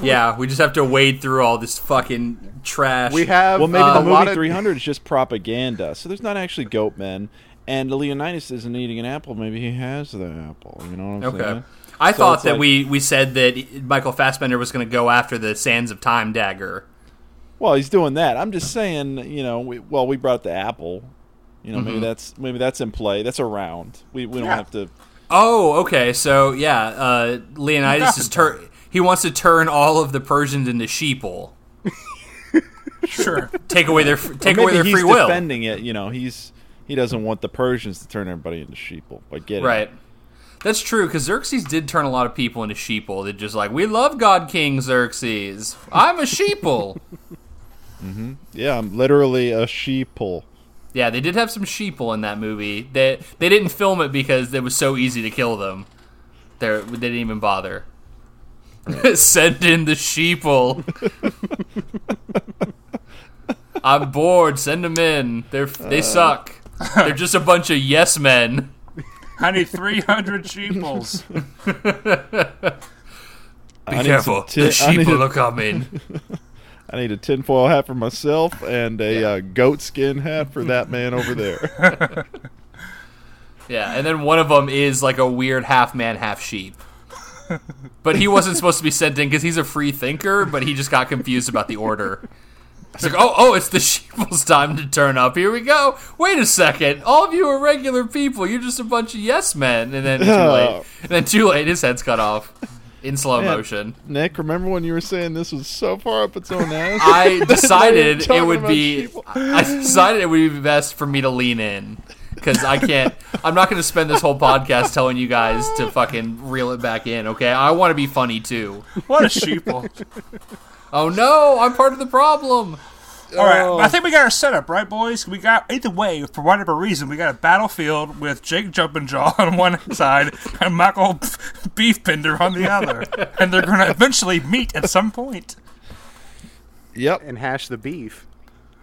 A: yeah, we just have to wade through all this fucking trash.
D: We have
C: Well, maybe
D: uh,
C: the
D: a lot
C: movie
D: of
C: 300 is just propaganda. So there's not actually goat men. And Leonidas isn't eating an apple. Maybe he has the apple. You know what I'm
A: Okay.
C: saying?
A: I
C: So
A: thought
C: it's
A: that
C: like-
A: we we said that Michael Fassbender was going to go after the Sands of Time dagger.
C: Well, he's doing that. I'm just saying, you know, we, well, we brought up the apple. You know,
A: Mm-hmm.
C: maybe that's maybe that's in play. That's around. We we don't
B: Yeah.
C: have to.
A: Oh, okay. So yeah, uh, Leonidas is tur- he wants to turn all of the Persians into sheeple.
B: Sure.
A: Take away their f- take away
C: Maybe
A: their
C: he's
A: free will.
C: defending it. You know, he's he doesn't want the Persians to turn everybody into sheeple. I get it.
A: Right. That's true because Xerxes did turn a lot of people into sheeple. They're just like, we love God King Xerxes. I'm a sheeple.
C: Yeah, I'm literally a sheeple.
A: yeah, they did have some sheeple in that movie. They they didn't film it because it was so easy to kill them. They they didn't even bother. Send in the sheeple. I'm bored. Send them in. They're
C: Uh.
A: they suck. They're just a bunch of yes men.
B: I need 300 sheeples.
A: Be
C: I need
A: careful.
C: some ti-
A: the
C: I need
A: sheeple
C: a-
A: are coming.
C: I need a tinfoil hat for myself and a uh, goat skin hat for that man over there.
A: Yeah, and then one of them is like a weird half man, half sheep. But he wasn't supposed to be sent in because he's a free thinker, but he just got confused about the order. It's like, oh, oh, it's the sheeple's time to turn up. Here we go. Wait a second. All of you are regular people. You're just a bunch of yes men. And then too late. And then too late, his head's cut off in slow
C: Man.
A: motion.
C: Nick, remember when you were saying this was so far up its own ass?
A: I decided
C: talking
A: it would
C: about
A: be.
C: sheeple.
A: I decided it would be best for me to lean in because I can't. I'm not going to spend this whole podcast telling you guys to fucking reel it back in. Okay, I want to be funny too.
B: What a sheeple.
A: Oh no, I'm part of the problem.
B: All right, I think we got our setup right, boys. We got either way for whatever reason, we got a battlefield with Jake Jumpin' Jaw on one side and Michael Beefbender on the other, and they're going to eventually meet at some point.
C: Yep.
D: and hash the beef.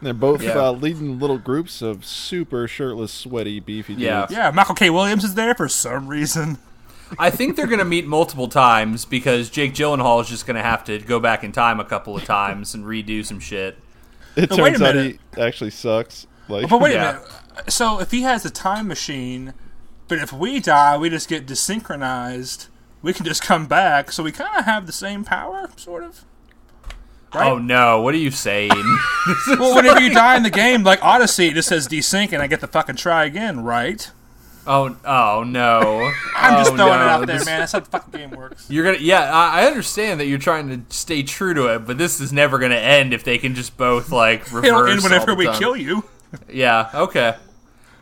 C: They're both
A: Yeah.
C: uh, leading little groups of super shirtless, sweaty, beefy
A: Yeah.
C: dudes.
B: Yeah, Michael K. Williams is there for some reason.
A: I think they're going to meet multiple times because Jake Gyllenhaal is just going to have to go back in time a couple of times and redo some shit.
C: It
B: But wait a
C: turns out he
B: minute.
C: actually sucks. Like,
B: But wait
A: Yeah.
B: a minute. So if he has a time machine, but if we die, we just get desynchronized. We can just come back, so we kind of have the same power, sort of. Right?
A: Oh no, what are you saying?
B: Well, whenever you die in the game, like Odyssey, it just says desync, and I get to fucking try again, right?
A: Oh, oh no!
B: I'm just
A: Oh,
B: throwing
A: no.
B: it out there,
A: This-
B: man. That's how the fucking game works.
A: You're gonna, yeah. I, I understand that you're trying to stay true to it, but this is never gonna end if they can just both like reverse.
B: It'll end
A: all the
B: whenever we
A: time.
B: kill you.
A: Yeah. Okay.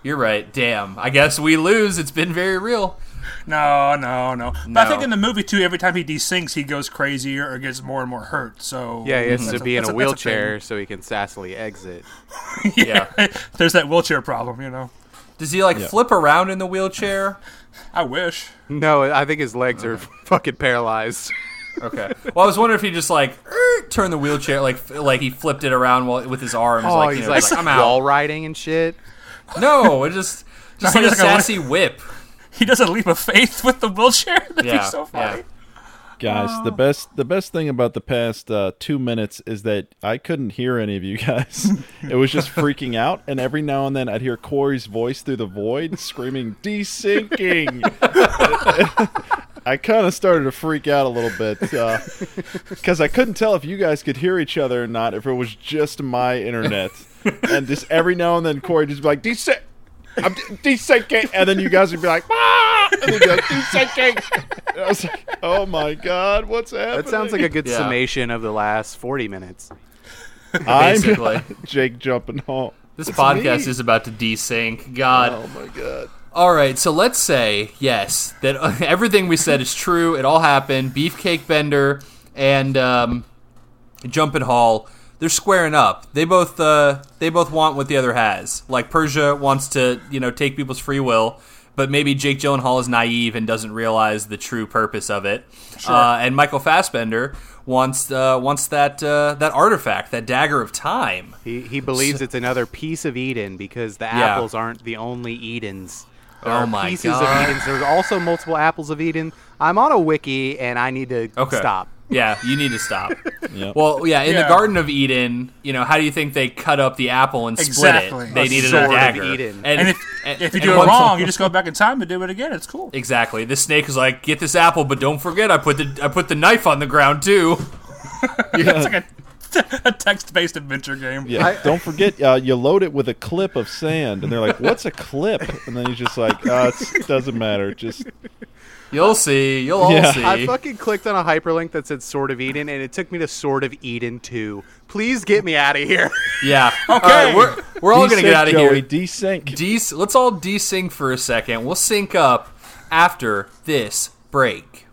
A: You're right. Damn. I guess we lose. It's been very real.
B: No, no, no. But I think
A: No.
B: in the movie too, every time he desyncs, he goes crazier or gets more and more hurt. So
D: Yeah, he has to
B: That's
D: be in
B: that's
D: a
B: that's
D: wheelchair so he can sassily exit.
B: thing. yeah, there's that wheelchair problem. You know,
A: Does he like flip around in the wheelchair?
B: I wish.
D: No, I think his legs are fucking paralyzed.
A: Okay. Well, I was wondering if he just like er, turned the wheelchair like f- like he flipped it around while, with his arms.
D: Oh,
A: like, you
D: he's
A: know,
D: like,
A: just like I'm
D: wall
A: out.
D: riding and shit.
A: No, it just just
B: No,
A: like
B: he's
A: a
B: like a li-
A: sassy whip.
B: He does a leap of faith with the wheelchair. That'd
A: Yeah,
B: be so funny.
C: Guys, the
B: uh,
C: best the best thing about the past uh, two minutes is that I couldn't hear any of you guys. it was just freaking out, and every now and then I'd hear Corey's voice through the void screaming "desyncing." I kind of started to freak out a little bit because I couldn't tell if you guys could hear each other or not. If it was just my internet, and just every now and then Corey just be like desync. I'm de- desyncing, and then you guys would be like, ah! and then like, desyncing. And I was like, oh my god, what's happening?
D: That sounds like a good
A: Yeah.
D: summation of the last 40 minutes.
C: I'm
A: basically.
C: Jake jumping home.
A: This
C: It's
A: podcast
C: me.
A: is about to desync. God.
C: Oh my god.
A: All right, so let's say yes that everything we said is true. It all happened. Beefcake Bender and um, Jumpin' Hall, they're squaring up. They both uh, they both want what the other has. Like Persia wants to you know take people's free will, but maybe Jake Gyllenhaal is naive and doesn't realize the true purpose of it. Uh, and Michael Fassbender wants uh, wants that uh, that artifact, that dagger of time.
D: He, he believes it's another piece of Eden because the
A: Yeah.
D: apples aren't the only Edens. There
A: Oh
D: are
A: my
D: pieces
A: God.
D: of Edens. There's also multiple apples of Eden. I'm on a wiki and I need to
A: Okay.
D: stop.
A: Yeah, you need to stop.
C: Yep.
A: Well, yeah, in
B: Yeah.
A: the Garden of Eden, you know, how do you think they cut up the apple and split
B: Exactly.
A: it? They
B: A
A: needed
D: sword
A: a
D: of
A: dagger.
D: Eden.
B: And if
A: and-
B: if you
A: and
B: do it
A: once-
B: wrong, you just go back in time to do it again. It's cool.
A: exactly. The snake is like, "Get this apple, but don't forget I put the I put the knife on the ground too."
B: It's like a, a text-based adventure game.
C: Yeah. Don't forget, uh, you load it with a clip of sand, and they're like, "What's a clip?" And then he's just like, uh, "It doesn't matter. Just
A: You'll see. You'll all
C: Yeah.
A: see.
D: I fucking clicked on a hyperlink that said Sword of Eden and it took me to Sword of Eden 2. Please get me out of here.
A: yeah. Okay. All right, we're we're all gonna get
C: desync,
A: out of
C: Joey,
A: here.
C: Desync.
A: De- let's all desync for a second. We'll sync up after this break.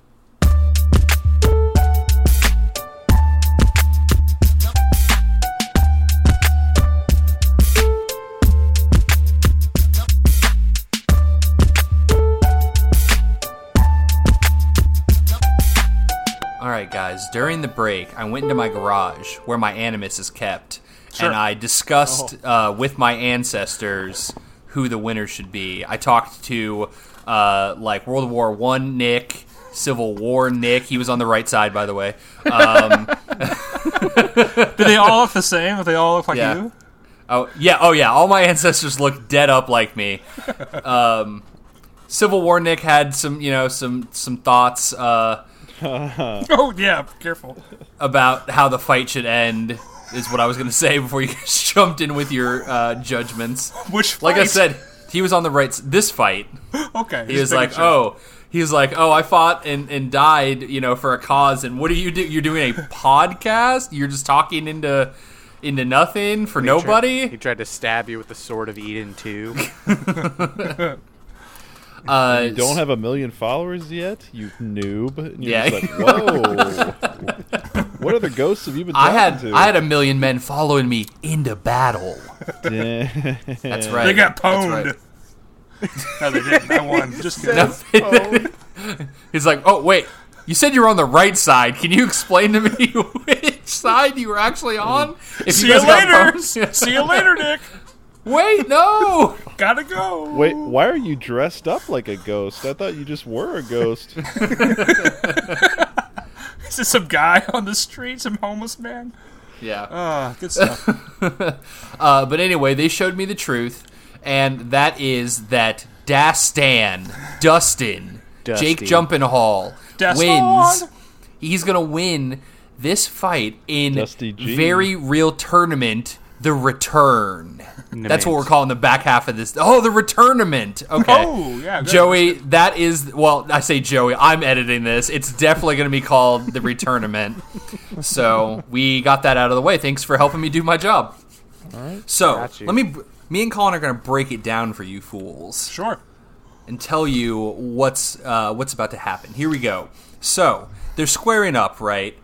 A: All right, guys. During the break, I went into my garage where my animus is kept, and I discussed uh, with my ancestors who the winner should be. I talked to uh, like World War One Nick, Civil War Nick. He was on the right side, by the way.
B: Do they all look the same? Do they all look like
A: Yeah.
B: you?
A: Oh yeah, oh yeah. All my ancestors look dead up like me. Um, Civil War Nick had some, you know, some some thoughts. Uh,
B: Oh yeah, careful.
A: about how the fight should end is what I was going to say before you guys jumped in with your uh, judgments.
B: Which
A: like I
B: fight?
A: said, he was on the right. s- This fight,
B: Okay.
A: he was like, "Oh, he was like, oh, I fought and, and died, you know, for a cause. And what do you do? You're doing a podcast. You're just talking into into nothing for
D: He tried, he
A: nobody.
D: tried to stab you with the Sword of Eden 2.
A: Uh,
C: You don't have a million followers yet, you noob." And you're
A: Yeah.
C: just like, "Whoa, what other ghosts have you been?"
A: I
C: Talking
A: had
C: to?
A: I had a million men following me into battle. That's right.
B: They got
A: That's
B: pwned.
A: right.
B: No, they didn't. I won. Just kidding.
A: He's like, oh wait, you said you were on the right side. Can you explain to me which side you were actually on? If
B: See you
A: guys got
B: later.
A: bumped-
B: See you later, Nick.
A: wait, no.
B: Gotta go.
C: Wait, why are you dressed up like a ghost? I thought you just were a ghost.
B: Is this some guy on the street? Some homeless man?
A: Yeah.
B: Ah, good stuff.
A: Uh, but anyway, they showed me the truth, and that is that Dastan, Dustin, Jake
D: Dusty.
A: Jumpin Hall
B: Dastan.
A: wins. He's gonna win this fight in
C: Dusty G.
A: very real tournament The Return. That's what
D: Nament.
A: we're calling the back half of this. Oh, the Returnament. Okay.
B: Oh, yeah, good.
A: Joey, that is well. I say Joey. I'm editing this. It's definitely going to be called the Returnament. so we got that out of the way. Thanks for helping me do my job. So
D: Got you.
A: let me. Me and Colin are going to break it down for you fools
B: Sure.
A: and tell you what's uh, what's about to happen. Here we go. So they're squaring up, right?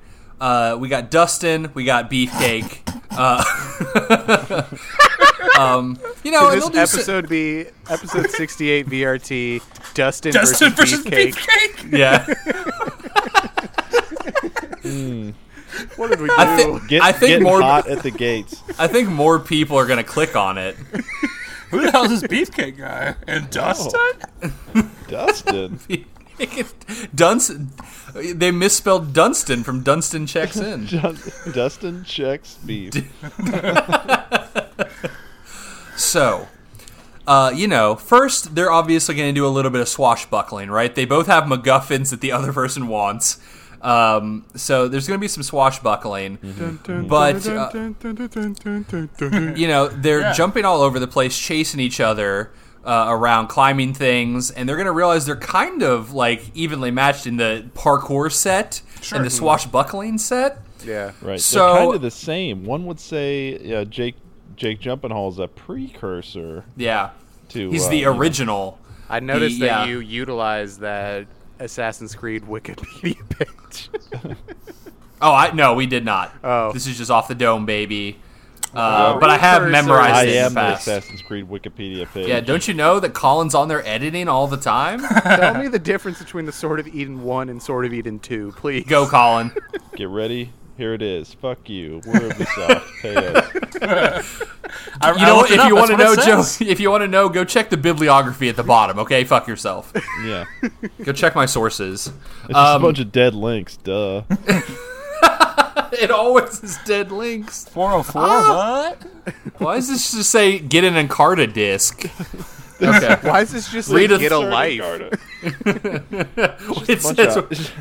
A: Uh, we got Dustin, we got Beefcake. Uh, um, you know, and
D: this
A: they'll do so-
D: episode be episode 68 VRT Dustin,
B: Dustin
D: versus,
B: versus
D: Beefcake.
B: Beefcake.
A: yeah.
D: Hmm. What did we do?
A: I, thi-
C: Get,
A: I think
C: getting
A: more.
C: hot at the gates.
A: I think more people are going to click on it.
B: Who the hell is this Beefcake guy? And Dustin?
C: Dustin.
A: Dunstan. They misspelled Dunstan from Dunstan checks in.
C: Dun- Dustin checks beef.
A: So, uh, you know, first they're obviously going to do a little bit of swashbuckling, right? They both have MacGuffins that the other person wants. Um, so there's going to be some swashbuckling, but uh, you know they're
B: Yeah.
A: jumping all over the place, chasing each other uh, around, climbing things, and they're going to realize they're kind of like evenly matched in the parkour set and the swashbuckling set.
D: yeah.
C: Right.
A: So-
C: They're kind of the same. One would say uh, Jake Jake Jumpenhall is a precursor
A: Yeah,
C: to.
A: he's
C: uh,
A: the
C: you know,
A: original.
D: I noticed
A: The,
D: that
A: uh,
D: you utilized that Assassin's Creed Wikipedia page.
A: Oh, I no, we did not.
D: Oh.
A: this is just off the dome, baby. Uh,
D: Oh.
A: but I have
D: Precursor.
A: memorized
C: I
A: it in
C: am the
A: fast.
C: Assassin's Creed Wikipedia page.
A: yeah, don't you know that Colin's on there editing all the time?
D: Tell me the difference between the Sword of Eden 1 and Sword of Eden 2, please.
A: Go, Colin.
C: Get ready. Here it is. Fuck you. We're Ubisoft. Pay us.
B: I,
A: You know, what?
B: looked it
A: if
B: up,
A: you
B: that's
A: want to know,
B: what it
A: Joe,
B: says.
A: if you want to know, go check the bibliography at the bottom. Okay, fuck yourself.
C: Yeah. It's
A: Go check my sources.
C: just
A: Um,
C: a bunch of dead links. Duh.
A: it always is dead links.
B: 404,
A: Ah.
B: what?
A: Why does this just say get an Encarta disc? Okay,
D: Why is this just
A: Read a
D: like, get a
A: third
D: life?
A: it
C: Bunch
A: says-
C: of,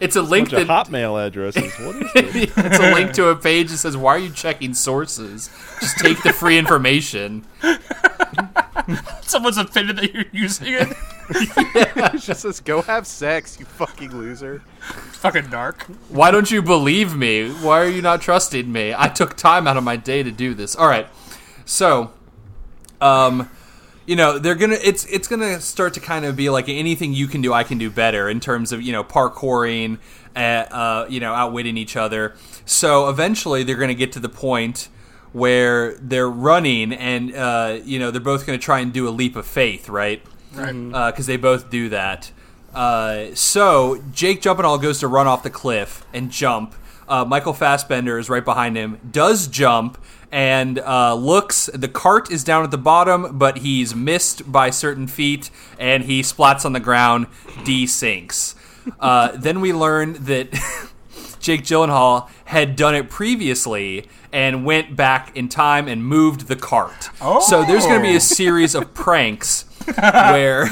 A: it's a link
C: bunch of
A: that
C: Hotmail addresses. What is this?
A: it's a link to a page that says, "Why are you checking sources? Just take the free information."
B: Someone's offended that you're using it.
D: It just says, go have sex, you fucking loser.
B: Fucking dark.
A: Why don't you believe me? Why are you not trusting me? I took time out of my day to do this. All right, so, um, you know they're gonna it's it's gonna start to kind of be like anything you can do, I can do better in terms of you know parkouring, uh, uh you know outwitting each other. So eventually they're gonna get to the point where they're running and uh, you know they're both gonna try and do a leap of faith, right?
B: Right.
A: because Uh, they both do that. Uh, so Jake Jumpinall goes to run off the cliff and jump. Uh, Michael Fassbender is right behind him, does jump and uh, looks. The cart is down at the bottom, but he's missed by certain feet, and he splats on the ground, desinks. Uh, then we learn that Jake Gyllenhaal had done it previously and went back in time and moved the cart. So there's going to
C: Oh.
A: be a series of pranks where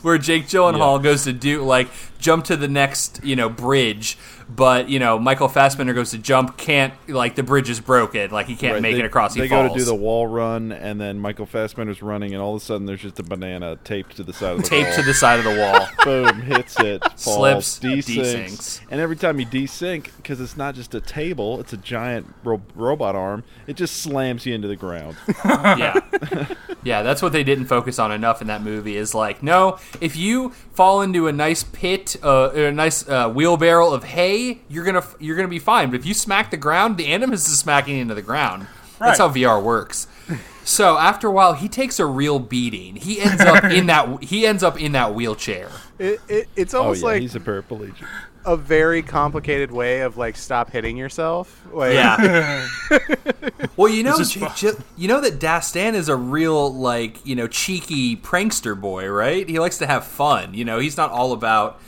A: where Jake Gyllenhaal goes to do like jump to the next you know bridge, but you know Michael Fassbender goes to jump, can't like the bridge is broken, like he can't
C: Right,
A: make
C: they,
A: it across. He
C: They
A: falls.
C: go to do the wall run, and then Michael Fassbender's running, and all of a sudden there's just a banana taped to the side of the
A: taped
C: wall.
A: to the side of the wall.
C: Boom! Hits it. Falls,
A: Slips,
C: Desinks.
A: desinks.
C: And every time you desync, because it's not just a table, it's a giant ro- robot arm. It just slams you into the ground.
A: yeah yeah that's what they didn't focus on enough in that movie is like no if you fall into a nice pit uh, or a nice uh, wheelbarrow of hay you're gonna f- you're gonna be fine but if you smack the ground the animus is smacking into the ground that's
B: Right.
A: how vr works so after a while he takes a real beating he ends up in that he ends up in that wheelchair
D: It, it, it's
C: oh
D: almost
C: yeah,
D: like
C: he's a paraplegic.
D: a very complicated way of like stop hitting yourself. Like,
A: Yeah. well, you know,
B: This is
A: J-
B: fun.
A: J- you know that Dastan is a real like you know cheeky prankster boy, right? He likes to have fun. You know, he's not all about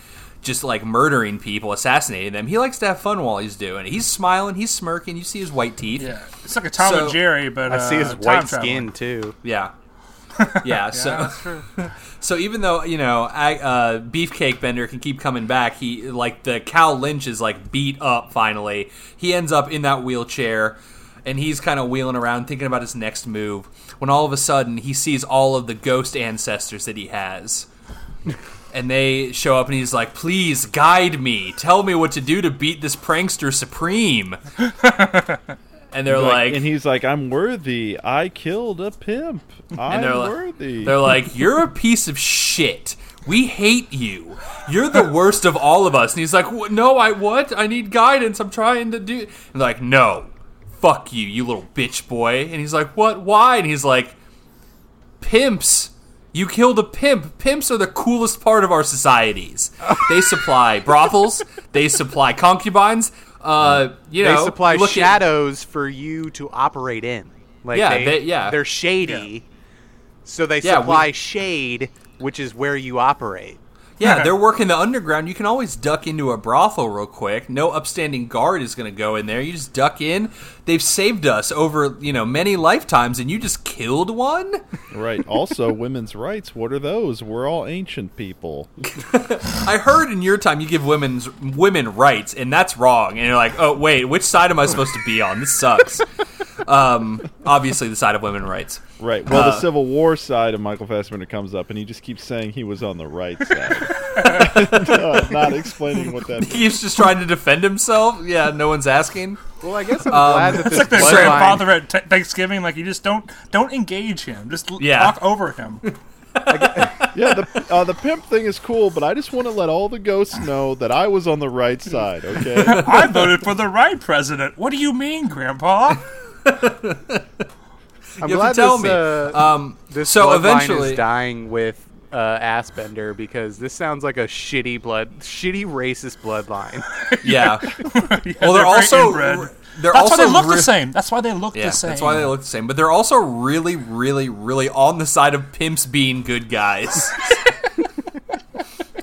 A: just like murdering people, assassinating them. He likes to have fun while he's doing it. He's smiling, he's smirking. You see his white teeth.
B: Yeah. It's like a Tom
A: So-
B: and Jerry, but
D: I see
B: uh,
D: his
B: time
D: white
B: traveling.
D: skin too.
A: Yeah. yeah, so
B: That's true.
A: so even though you know I, uh, Beefcake Bender can keep coming back, he like the Cal Lynch is like beat up. Finally, he ends up in that wheelchair, and he's kind of wheeling around thinking about his next move when all of a sudden he sees all of the ghost ancestors that he has. And they show up and he's like, "Please guide me. Tell me what to do to beat this prankster supreme." And they're like,
C: and he's like, "I'm worthy. I killed a pimp. I'm
A: and they're like,
C: worthy."
A: they're like, "You're a piece of shit. We hate you. You're the worst of all of us." And he's like, "Wh- "No, I what? I need guidance. I'm trying to do." And they're like, "No, fuck you, you little bitch boy." And he's like, "What? Why?" And he's like, "Pimps." You killed a pimp. Pimps are the coolest part of our societies. They supply brothels. They supply concubines. Uh, you
D: They
A: know,
D: supply
A: you look at-
D: shadows for you to operate in. Like
A: Yeah,
D: they,
A: they- yeah.
D: they're shady, so they
A: Yeah, we-
D: supply shade, which is where you operate.
A: Yeah, they're working the underground. You can always duck into a brothel real quick. No upstanding guard is going to go in there. You just duck in. They've saved us over, you know, many lifetimes and you just killed one?
C: right. Also, women's rights. What are those? We're all ancient people.
A: I heard in your time you give women's women rights and that's wrong. And you're like, "Oh, wait, which side am I supposed to be on? This sucks." um, obviously the side of women rights.
C: Right. Well,
A: Uh,
C: the Civil War side of Michael Fassbender comes up, and he just keeps saying he was on the right side, not, not explaining what that.
A: He's just trying to defend himself. Yeah, no one's asking.
D: Well, I guess I'm
A: Um,
D: glad that this
B: It's like the
A: Bloodline.
B: grandfather at t- Thanksgiving. Like you just don't don't engage him. Just l-
A: Yeah.
B: talk over him.
C: Yeah, the uh, the pimp thing is cool, but I just want to let all the ghosts know that I was on the right side. Okay.
B: I voted for the right president. What do you mean, Grandpa?
D: I'm
A: You have
D: glad
A: to tell
D: this,
A: me.
D: uh,
A: um,
D: this
A: so
D: bloodline
A: eventually
D: is dying with uh, Assbender because this sounds like a shitty blood, shitty racist bloodline. Uh,
A: Yeah.
B: Yeah,
A: well, they're,
B: very
A: also
B: inbred.
A: they're
B: That's
A: also
B: why they look
A: re-
B: the same. That's why they look
A: Yeah,
B: the same.
A: that's why they look the same. But they're also really, really, really on the side of pimps being good guys.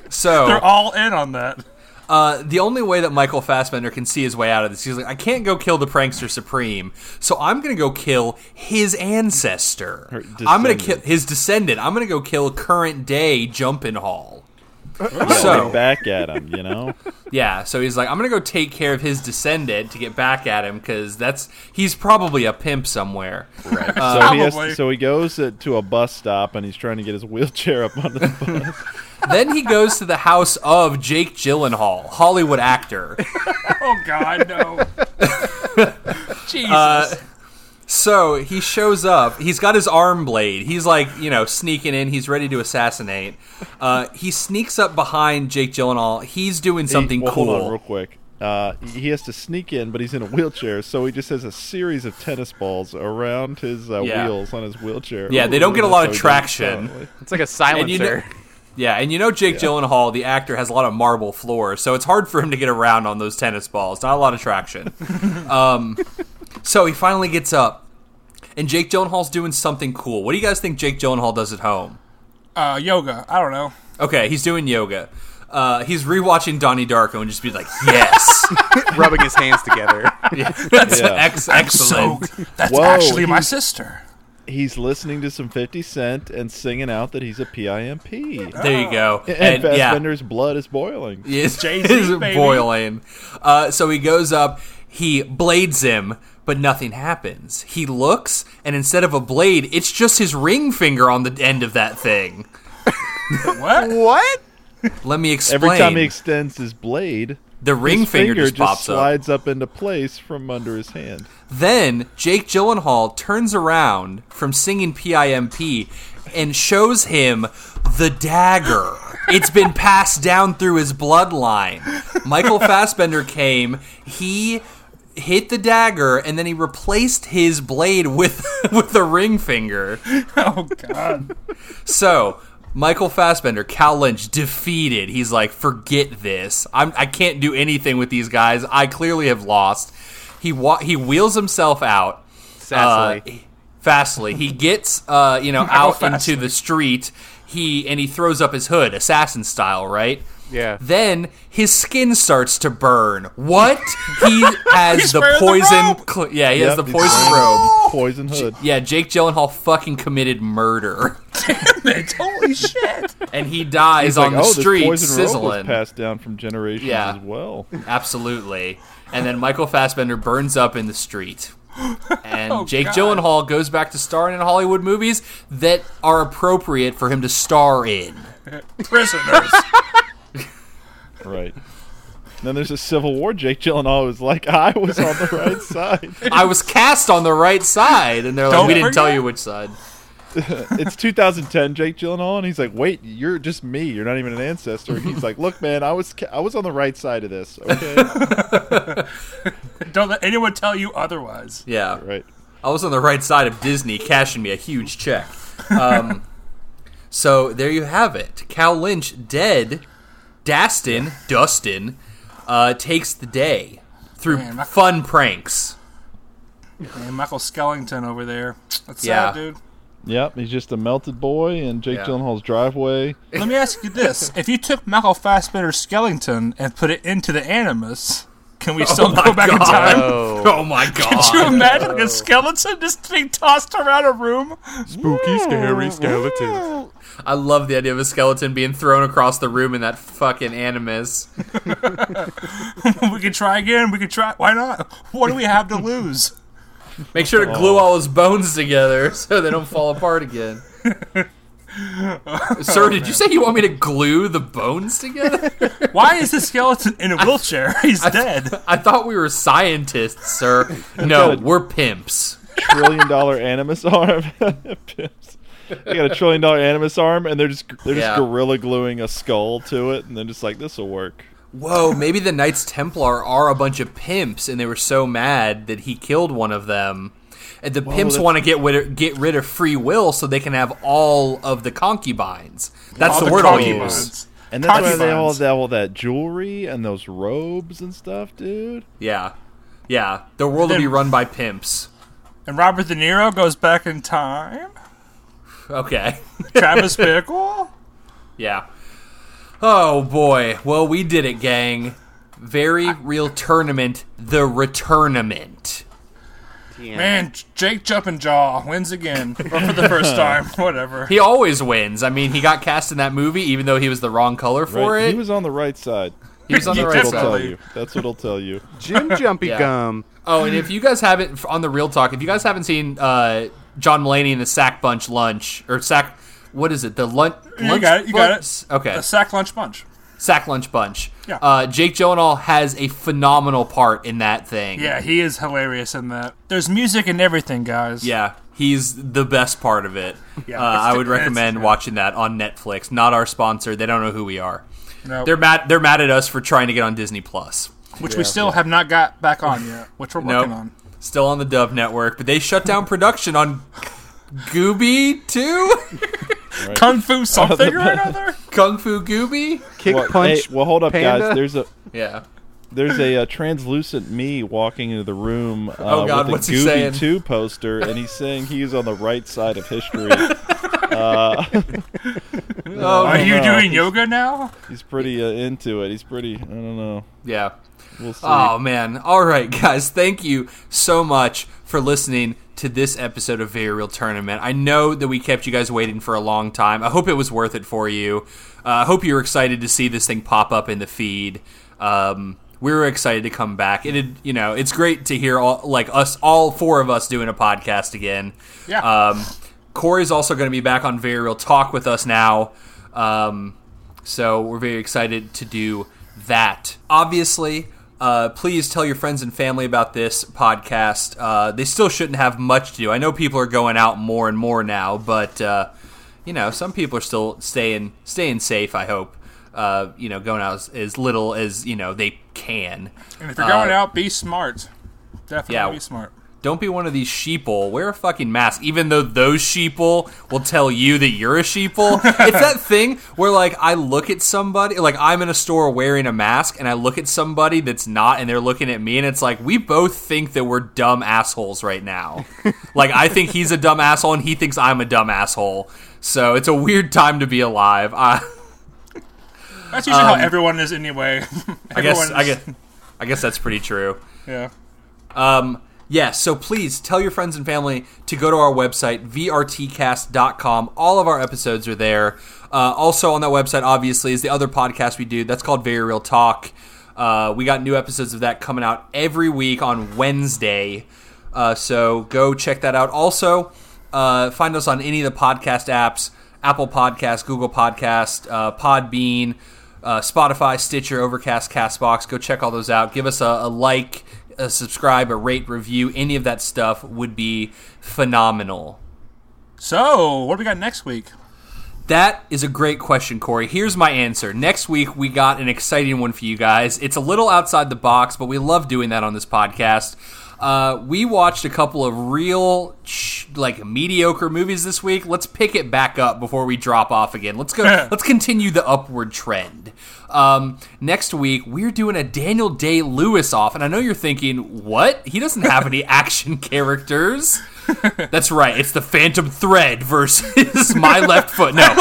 A: so
B: They're all in on that.
A: uh, the only way that Michael Fassbender can see his way out of this, he's like, I can't go kill the prankster supreme, so I'm gonna go kill his ancestor. I'm gonna kill
C: descendant.
A: his descendant. I'm gonna go kill current day Jumpin' Hall.
C: Like,
A: so
C: back at him, you know.
A: yeah, so he's like, I'm gonna go take care of his descendant to get back at him because that's he's probably a pimp somewhere. Right.
C: So he
B: Probably.
C: has, so he goes uh, to a bus stop, and he's trying to get his wheelchair up on the bus.
A: then he goes to the house of Jake Gyllenhaal, Hollywood actor.
B: Oh God, no. Jesus.
A: So he shows up. He's got his arm blade. He's like, you know, sneaking in. He's ready to assassinate. Uh, he sneaks up behind Jake Gyllenhaal. He's doing something
C: Well,
A: cool.
C: Hold on, real quick. Uh, he has to sneak in, but he's in a wheelchair, so he just has a series of tennis balls around his uh,
A: Yeah.
C: wheels on his wheelchair.
A: Yeah, they don't get a lot of
C: So he doesn't
A: traction.
C: fall.
D: It's like a
A: And you know,
D: silencer.
A: yeah, and you know Jake Gyllenhaal, the actor, has a lot of marble floors, so it's hard for him to get around on those tennis balls. Not a lot of traction. um, so he finally gets up, and Jake Gyllenhaal's doing something cool. What do you guys think Jake Gyllenhaal does at home?
B: uh, yoga. I don't know.
A: Okay, he's doing yoga. Uh, he's rewatching Donnie Darko and just be like, "Yes,
D: rubbing his hands together.
A: that's
C: Yeah.
A: ex- excellent."
B: So that's
C: Whoa,
B: actually my
C: he's-
B: sister.
C: He's listening to some 50 Cent and singing out that he's a PIMP.
A: There you go. And,
C: And
A: yeah,
C: Fassbender's blood is boiling.
A: is,
B: Jay-Z,
A: is
B: baby.
A: boiling. Uh, so he goes up, he blades him, but nothing happens. He looks, and instead of a blade, it's just his ring finger on the end of that thing.
B: What?
D: what?
A: Let me explain.
C: Every time he extends his blade,
A: the ring
C: his
A: finger, just pops up.
C: slides up into place from under his hand.
A: Then Jake Gyllenhaal turns around from singing PIMP and shows him the dagger. It's been passed down through his bloodline. Michael Fassbender came, he hit the dagger and then he replaced his blade with with a ring finger.
B: Oh God.
A: So, Michael Fassbender, Cal Lynch defeated. He's like, "Forget this. I'm I can't do anything with these guys. I clearly have lost." He wa- he wheels himself out
D: Sassily.
A: uh, Fastly. He gets uh, you know out
B: Fastly.
A: into the street. He and he throws up his hood, assassin style, right?
D: Yeah.
A: Then his skin starts to burn. What? He has
B: He's
A: the
B: wearing the
A: poison.
B: robe!
A: cl- yeah, he has
C: Yep,
A: the
C: he's
A: poison
C: wearing
A: robe.
C: Poison hood.
A: Yeah, Jake Gyllenhaal fucking committed murder,
B: It's- Holy shit.
A: and he dies
C: He's
A: on
C: like,
A: the
C: oh, this
A: street
C: poison rope was
A: sizzling.
C: passed down from generations
A: Yeah.
C: as well.
A: Absolutely. And then Michael Fassbender burns up in the street. and
B: Oh,
A: Jake
B: God.
A: Gyllenhaal goes back to starring in Hollywood movies that are appropriate for him to star in.
B: Prisoners.
C: Right. Then there's a Civil War. Jake Gyllenhaal was like, I was on the right side.
A: I was cast on the right side, and they're like,
B: Don't
A: "We didn't tell
B: forget.
A: you which side."
C: It's 2010, Jake Gyllenhaal, and he's like, "Wait, you're just me. You're not even an ancestor." And he's like, "Look, man, I was ca- I was on the right side of this." Okay,
B: Don't let anyone tell you otherwise.
A: Yeah,
C: right.
A: I was on the right side of Disney cashing me a huge check. Um, so there you have it. Cal Lynch dead. Dastin, Dustin, uh, takes the day through
B: Man, my-
A: fun pranks.
B: Man, Michael Skellington over there. That's
A: Yeah.
B: sad, dude.
C: Yep, he's just a melted boy in Jake
A: Yeah.
C: Gyllenhaal's driveway.
B: Let me ask you this: If you took Michael Fassbender's Skellington and put it into the Animus, can we still
A: Oh my
B: go back in
A: God.
B: time?
D: Oh.
A: Oh my god!
B: Could you imagine like, a skeleton just being tossed around a room?
D: Spooky, scary skeletons.
A: I love the idea of a skeleton being thrown across the room in that fucking animus.
B: we could try again. We could try. Why not? What do we have to lose?
A: Make sure to glue all his bones together so they don't fall apart again. Sir, did you say you want me to glue the bones together?
B: Why is the skeleton in a wheelchair? He's dead.
A: I thought we were scientists, sir. No, we're pimps.
C: Trillion dollar animus arm. Pimps. they got a trillion dollar animus arm, and they're just they're just
A: Yeah.
C: gorilla gluing a skull to it, and then just like this will work.
A: Whoa, maybe the Knights Templar are a bunch of pimps, and they were so mad that he killed one of them. And the pimps
C: that's-
A: want to get rid get rid of free will so they can have all of the concubines. That's
B: All
A: the,
B: the
A: word I'll
B: concubines.
A: use.
C: And that's why they
B: Concubines.
C: all have all that jewelry and those robes and stuff, dude.
A: Yeah, yeah. The world will be run by pimps.
B: And Robert De Niro goes back in time.
A: Okay.
B: Travis Bickle.
A: Yeah. Oh boy. Well, we did it, gang. Very real tournament, the returnament.
D: Yeah.
B: Man, Jake Jumping Jaw wins again, or for the first time, whatever.
A: He always wins. I mean, he got cast in that movie even though he was the wrong color for
C: Right?
A: it.
C: He was on the right side.
A: on the
B: Yeah,
A: right
C: It'll
A: side.
C: tell
B: Definitely.
C: you. That's what'll tell you.
D: Jim Jumpy
A: Yeah.
D: Gum.
A: Oh, and if you guys haven't on the real talk, if you guys haven't seen uh, John Mulaney in the Sack Bunch lunch or Sack, what is it? The lunch.
B: You
A: lunch
B: got it, you got it.
A: Bunch? Okay.
B: A sack lunch bunch.
A: Sack lunch bunch.
B: Yeah.
A: Uh, Jake Gyllenhaal has a phenomenal part in that thing.
B: Yeah, he is hilarious in that. There's music and everything, guys.
A: Yeah, he's the best part of it.
B: Yeah,
A: uh,
B: it's-
A: I would
B: it's-
A: recommend
B: yeah.
A: watching that on Netflix. Not our sponsor; they don't know who we are.
B: No.
A: They're mad. They're mad at us for trying to get on Disney Plus.
B: which we still have not got back on yet, which we're
A: Nope.
B: working on.
A: Still on the Dove Network, but they shut down production on Gooby Two,
B: Kung Fu something or another.
A: Kung Fu Gooby.
D: Kick
C: Well,
D: punch.
C: hey, well, hold up,
D: panda.
C: guys. There's a
A: Yeah.
C: there's a, uh translucent me walking into the room uh,
A: Oh, God,
C: with a
A: what's he
C: Gooby
A: saying?
C: Two poster, and he's saying he's on the right side of history. uh,
A: Oh,
B: Are you
C: no.
B: doing yoga now?
C: he's pretty uh, into it. He's pretty. I don't know.
A: yeah.
C: We'll see.
A: Oh man. All right, guys. Thank you so much for listening to this episode of Very Real Tournament. I know that we kept you guys waiting for a long time. I hope it was worth it for you. Uh, I hope you were excited to see this thing pop up in the feed. Um, we were excited to come back. It, had, you know, it's great to hear all like us, all four of us doing a podcast again.
B: Yeah.
A: Um, Corey's also going to be back on Very Real Talk with us now. Um, so we're very excited to do that. Obviously, uh, please tell your friends and family about this podcast. Uh, they still shouldn't have much to do. I know people are going out more and more now, but uh, you know some people are still staying staying safe. I hope uh, you know going out as, as little as you know they can.
B: And if you're going
A: Uh,
B: out, be smart. Definitely
A: Yeah.
B: be smart.
A: Don't be one of these sheeple. Wear a fucking mask, even though those sheeple will tell you that you're a sheeple. it's that thing where, like, I look at somebody, like, I'm in a store wearing a mask, and I look at somebody that's not, and they're looking at me, and it's like, we both think that we're dumb assholes right now. like, I think he's a dumb asshole, and he thinks I'm a dumb asshole. So it's a weird time to be alive. I,
B: That's usually how everyone is anyway.
A: Um, I guess,
B: Everyone
A: I
B: is-
A: guess, I guess that's pretty true.
B: Yeah.
A: Um, yeah, so please tell your friends and family to go to our website, vrtcast.com. All of our episodes are there. Uh, also on that website, obviously, is the other podcast we do. That's called Very Real Talk. Uh, we got new episodes of that coming out every week on Wednesday. Uh, so go check that out. Also, uh, find us on any of the podcast apps Apple Podcast, Google Podcast, uh, Podbean, uh, Spotify, Stitcher, Overcast, Castbox. Go check all those out. Give us a, a like, a subscribe, a rate, review. Any of that stuff would be phenomenal.
B: So, what do we got next week?
A: That is a great question, Corey. Here's my answer. Next week, we got an exciting one for you guys. It's a little outside the box, but we love doing that on this podcast. Uh, we watched a couple of real, sh- like mediocre movies this week. Let's pick it back up before we drop off again. Let's go. let's continue the upward trend. Um, next week, we're doing a Daniel Day Lewis off, and I know you're thinking, "What? He doesn't have any action characters." That's right. It's the Phantom Thread versus My Left Foot. No,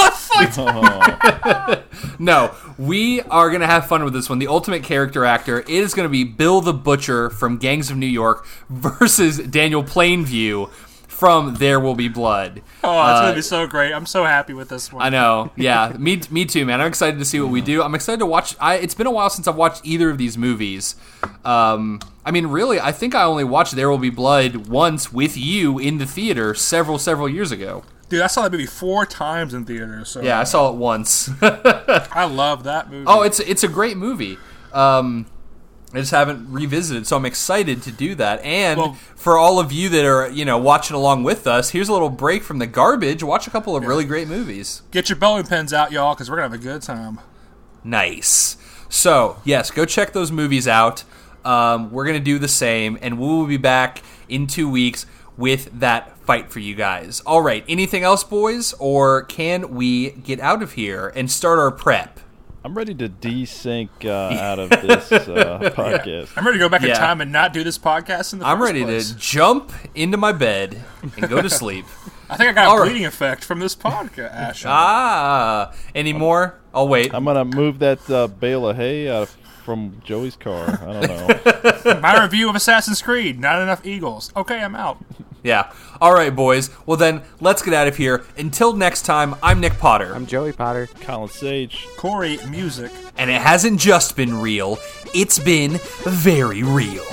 A: no. We are gonna have fun with this one. The ultimate character actor it is gonna be Bill the Butcher from Gangs of New York versus Daniel Plainview from There Will Be Blood.
B: Oh, it's gonna be so great. I'm so happy with this one.
A: Uh, I know. Yeah, me me too, man. I'm excited to see what we do. I'm excited to watch. I, it's been a while since I've watched either of these movies. Um, I mean, really, I think I only watched There Will Be Blood once with you in the theater several several years ago.
B: Dude, I saw that movie four times in theaters. So
A: Yeah, I saw it once.
B: I love that movie.
A: oh, it's it's a great movie. Um, I just haven't revisited, so I'm excited to do that. And
B: Well-
A: for all of you that are you know watching along with us, here's a little break from the garbage. Watch a couple of really great movies.
B: Get your bowling pins out, y'all, because we're gonna have a good time.
A: Nice. So, yes, go check those movies out. Um, we're going to do the same, and we will be back in two weeks with that fight for you guys. All right, anything else, boys, or can we get out of here and start our prep?
C: I'm ready to desync uh, out of this uh, podcast.
B: I'm ready to go back in
A: Yeah.
B: time and not do this podcast in the
A: I'm
B: first
A: ready
B: place.
A: to jump into my bed and go to sleep.
B: I think I got
A: All
B: a
A: right.
B: bleeding effect from this podcast. Ash.
A: Ah, any more? I'll wait.
C: I'm gonna move that uh, bale of hay out of- from Joey's car. I don't know.
B: My review of Assassin's Creed: Not enough eagles. Okay, I'm out.
A: Yeah. All right, boys. Well, then, let's get out of here. Until next time, I'm Nick Potter.
D: I'm Joey Potter.
C: Colin Sage.
B: Corey, music.
A: And it hasn't just been real, it's been very real.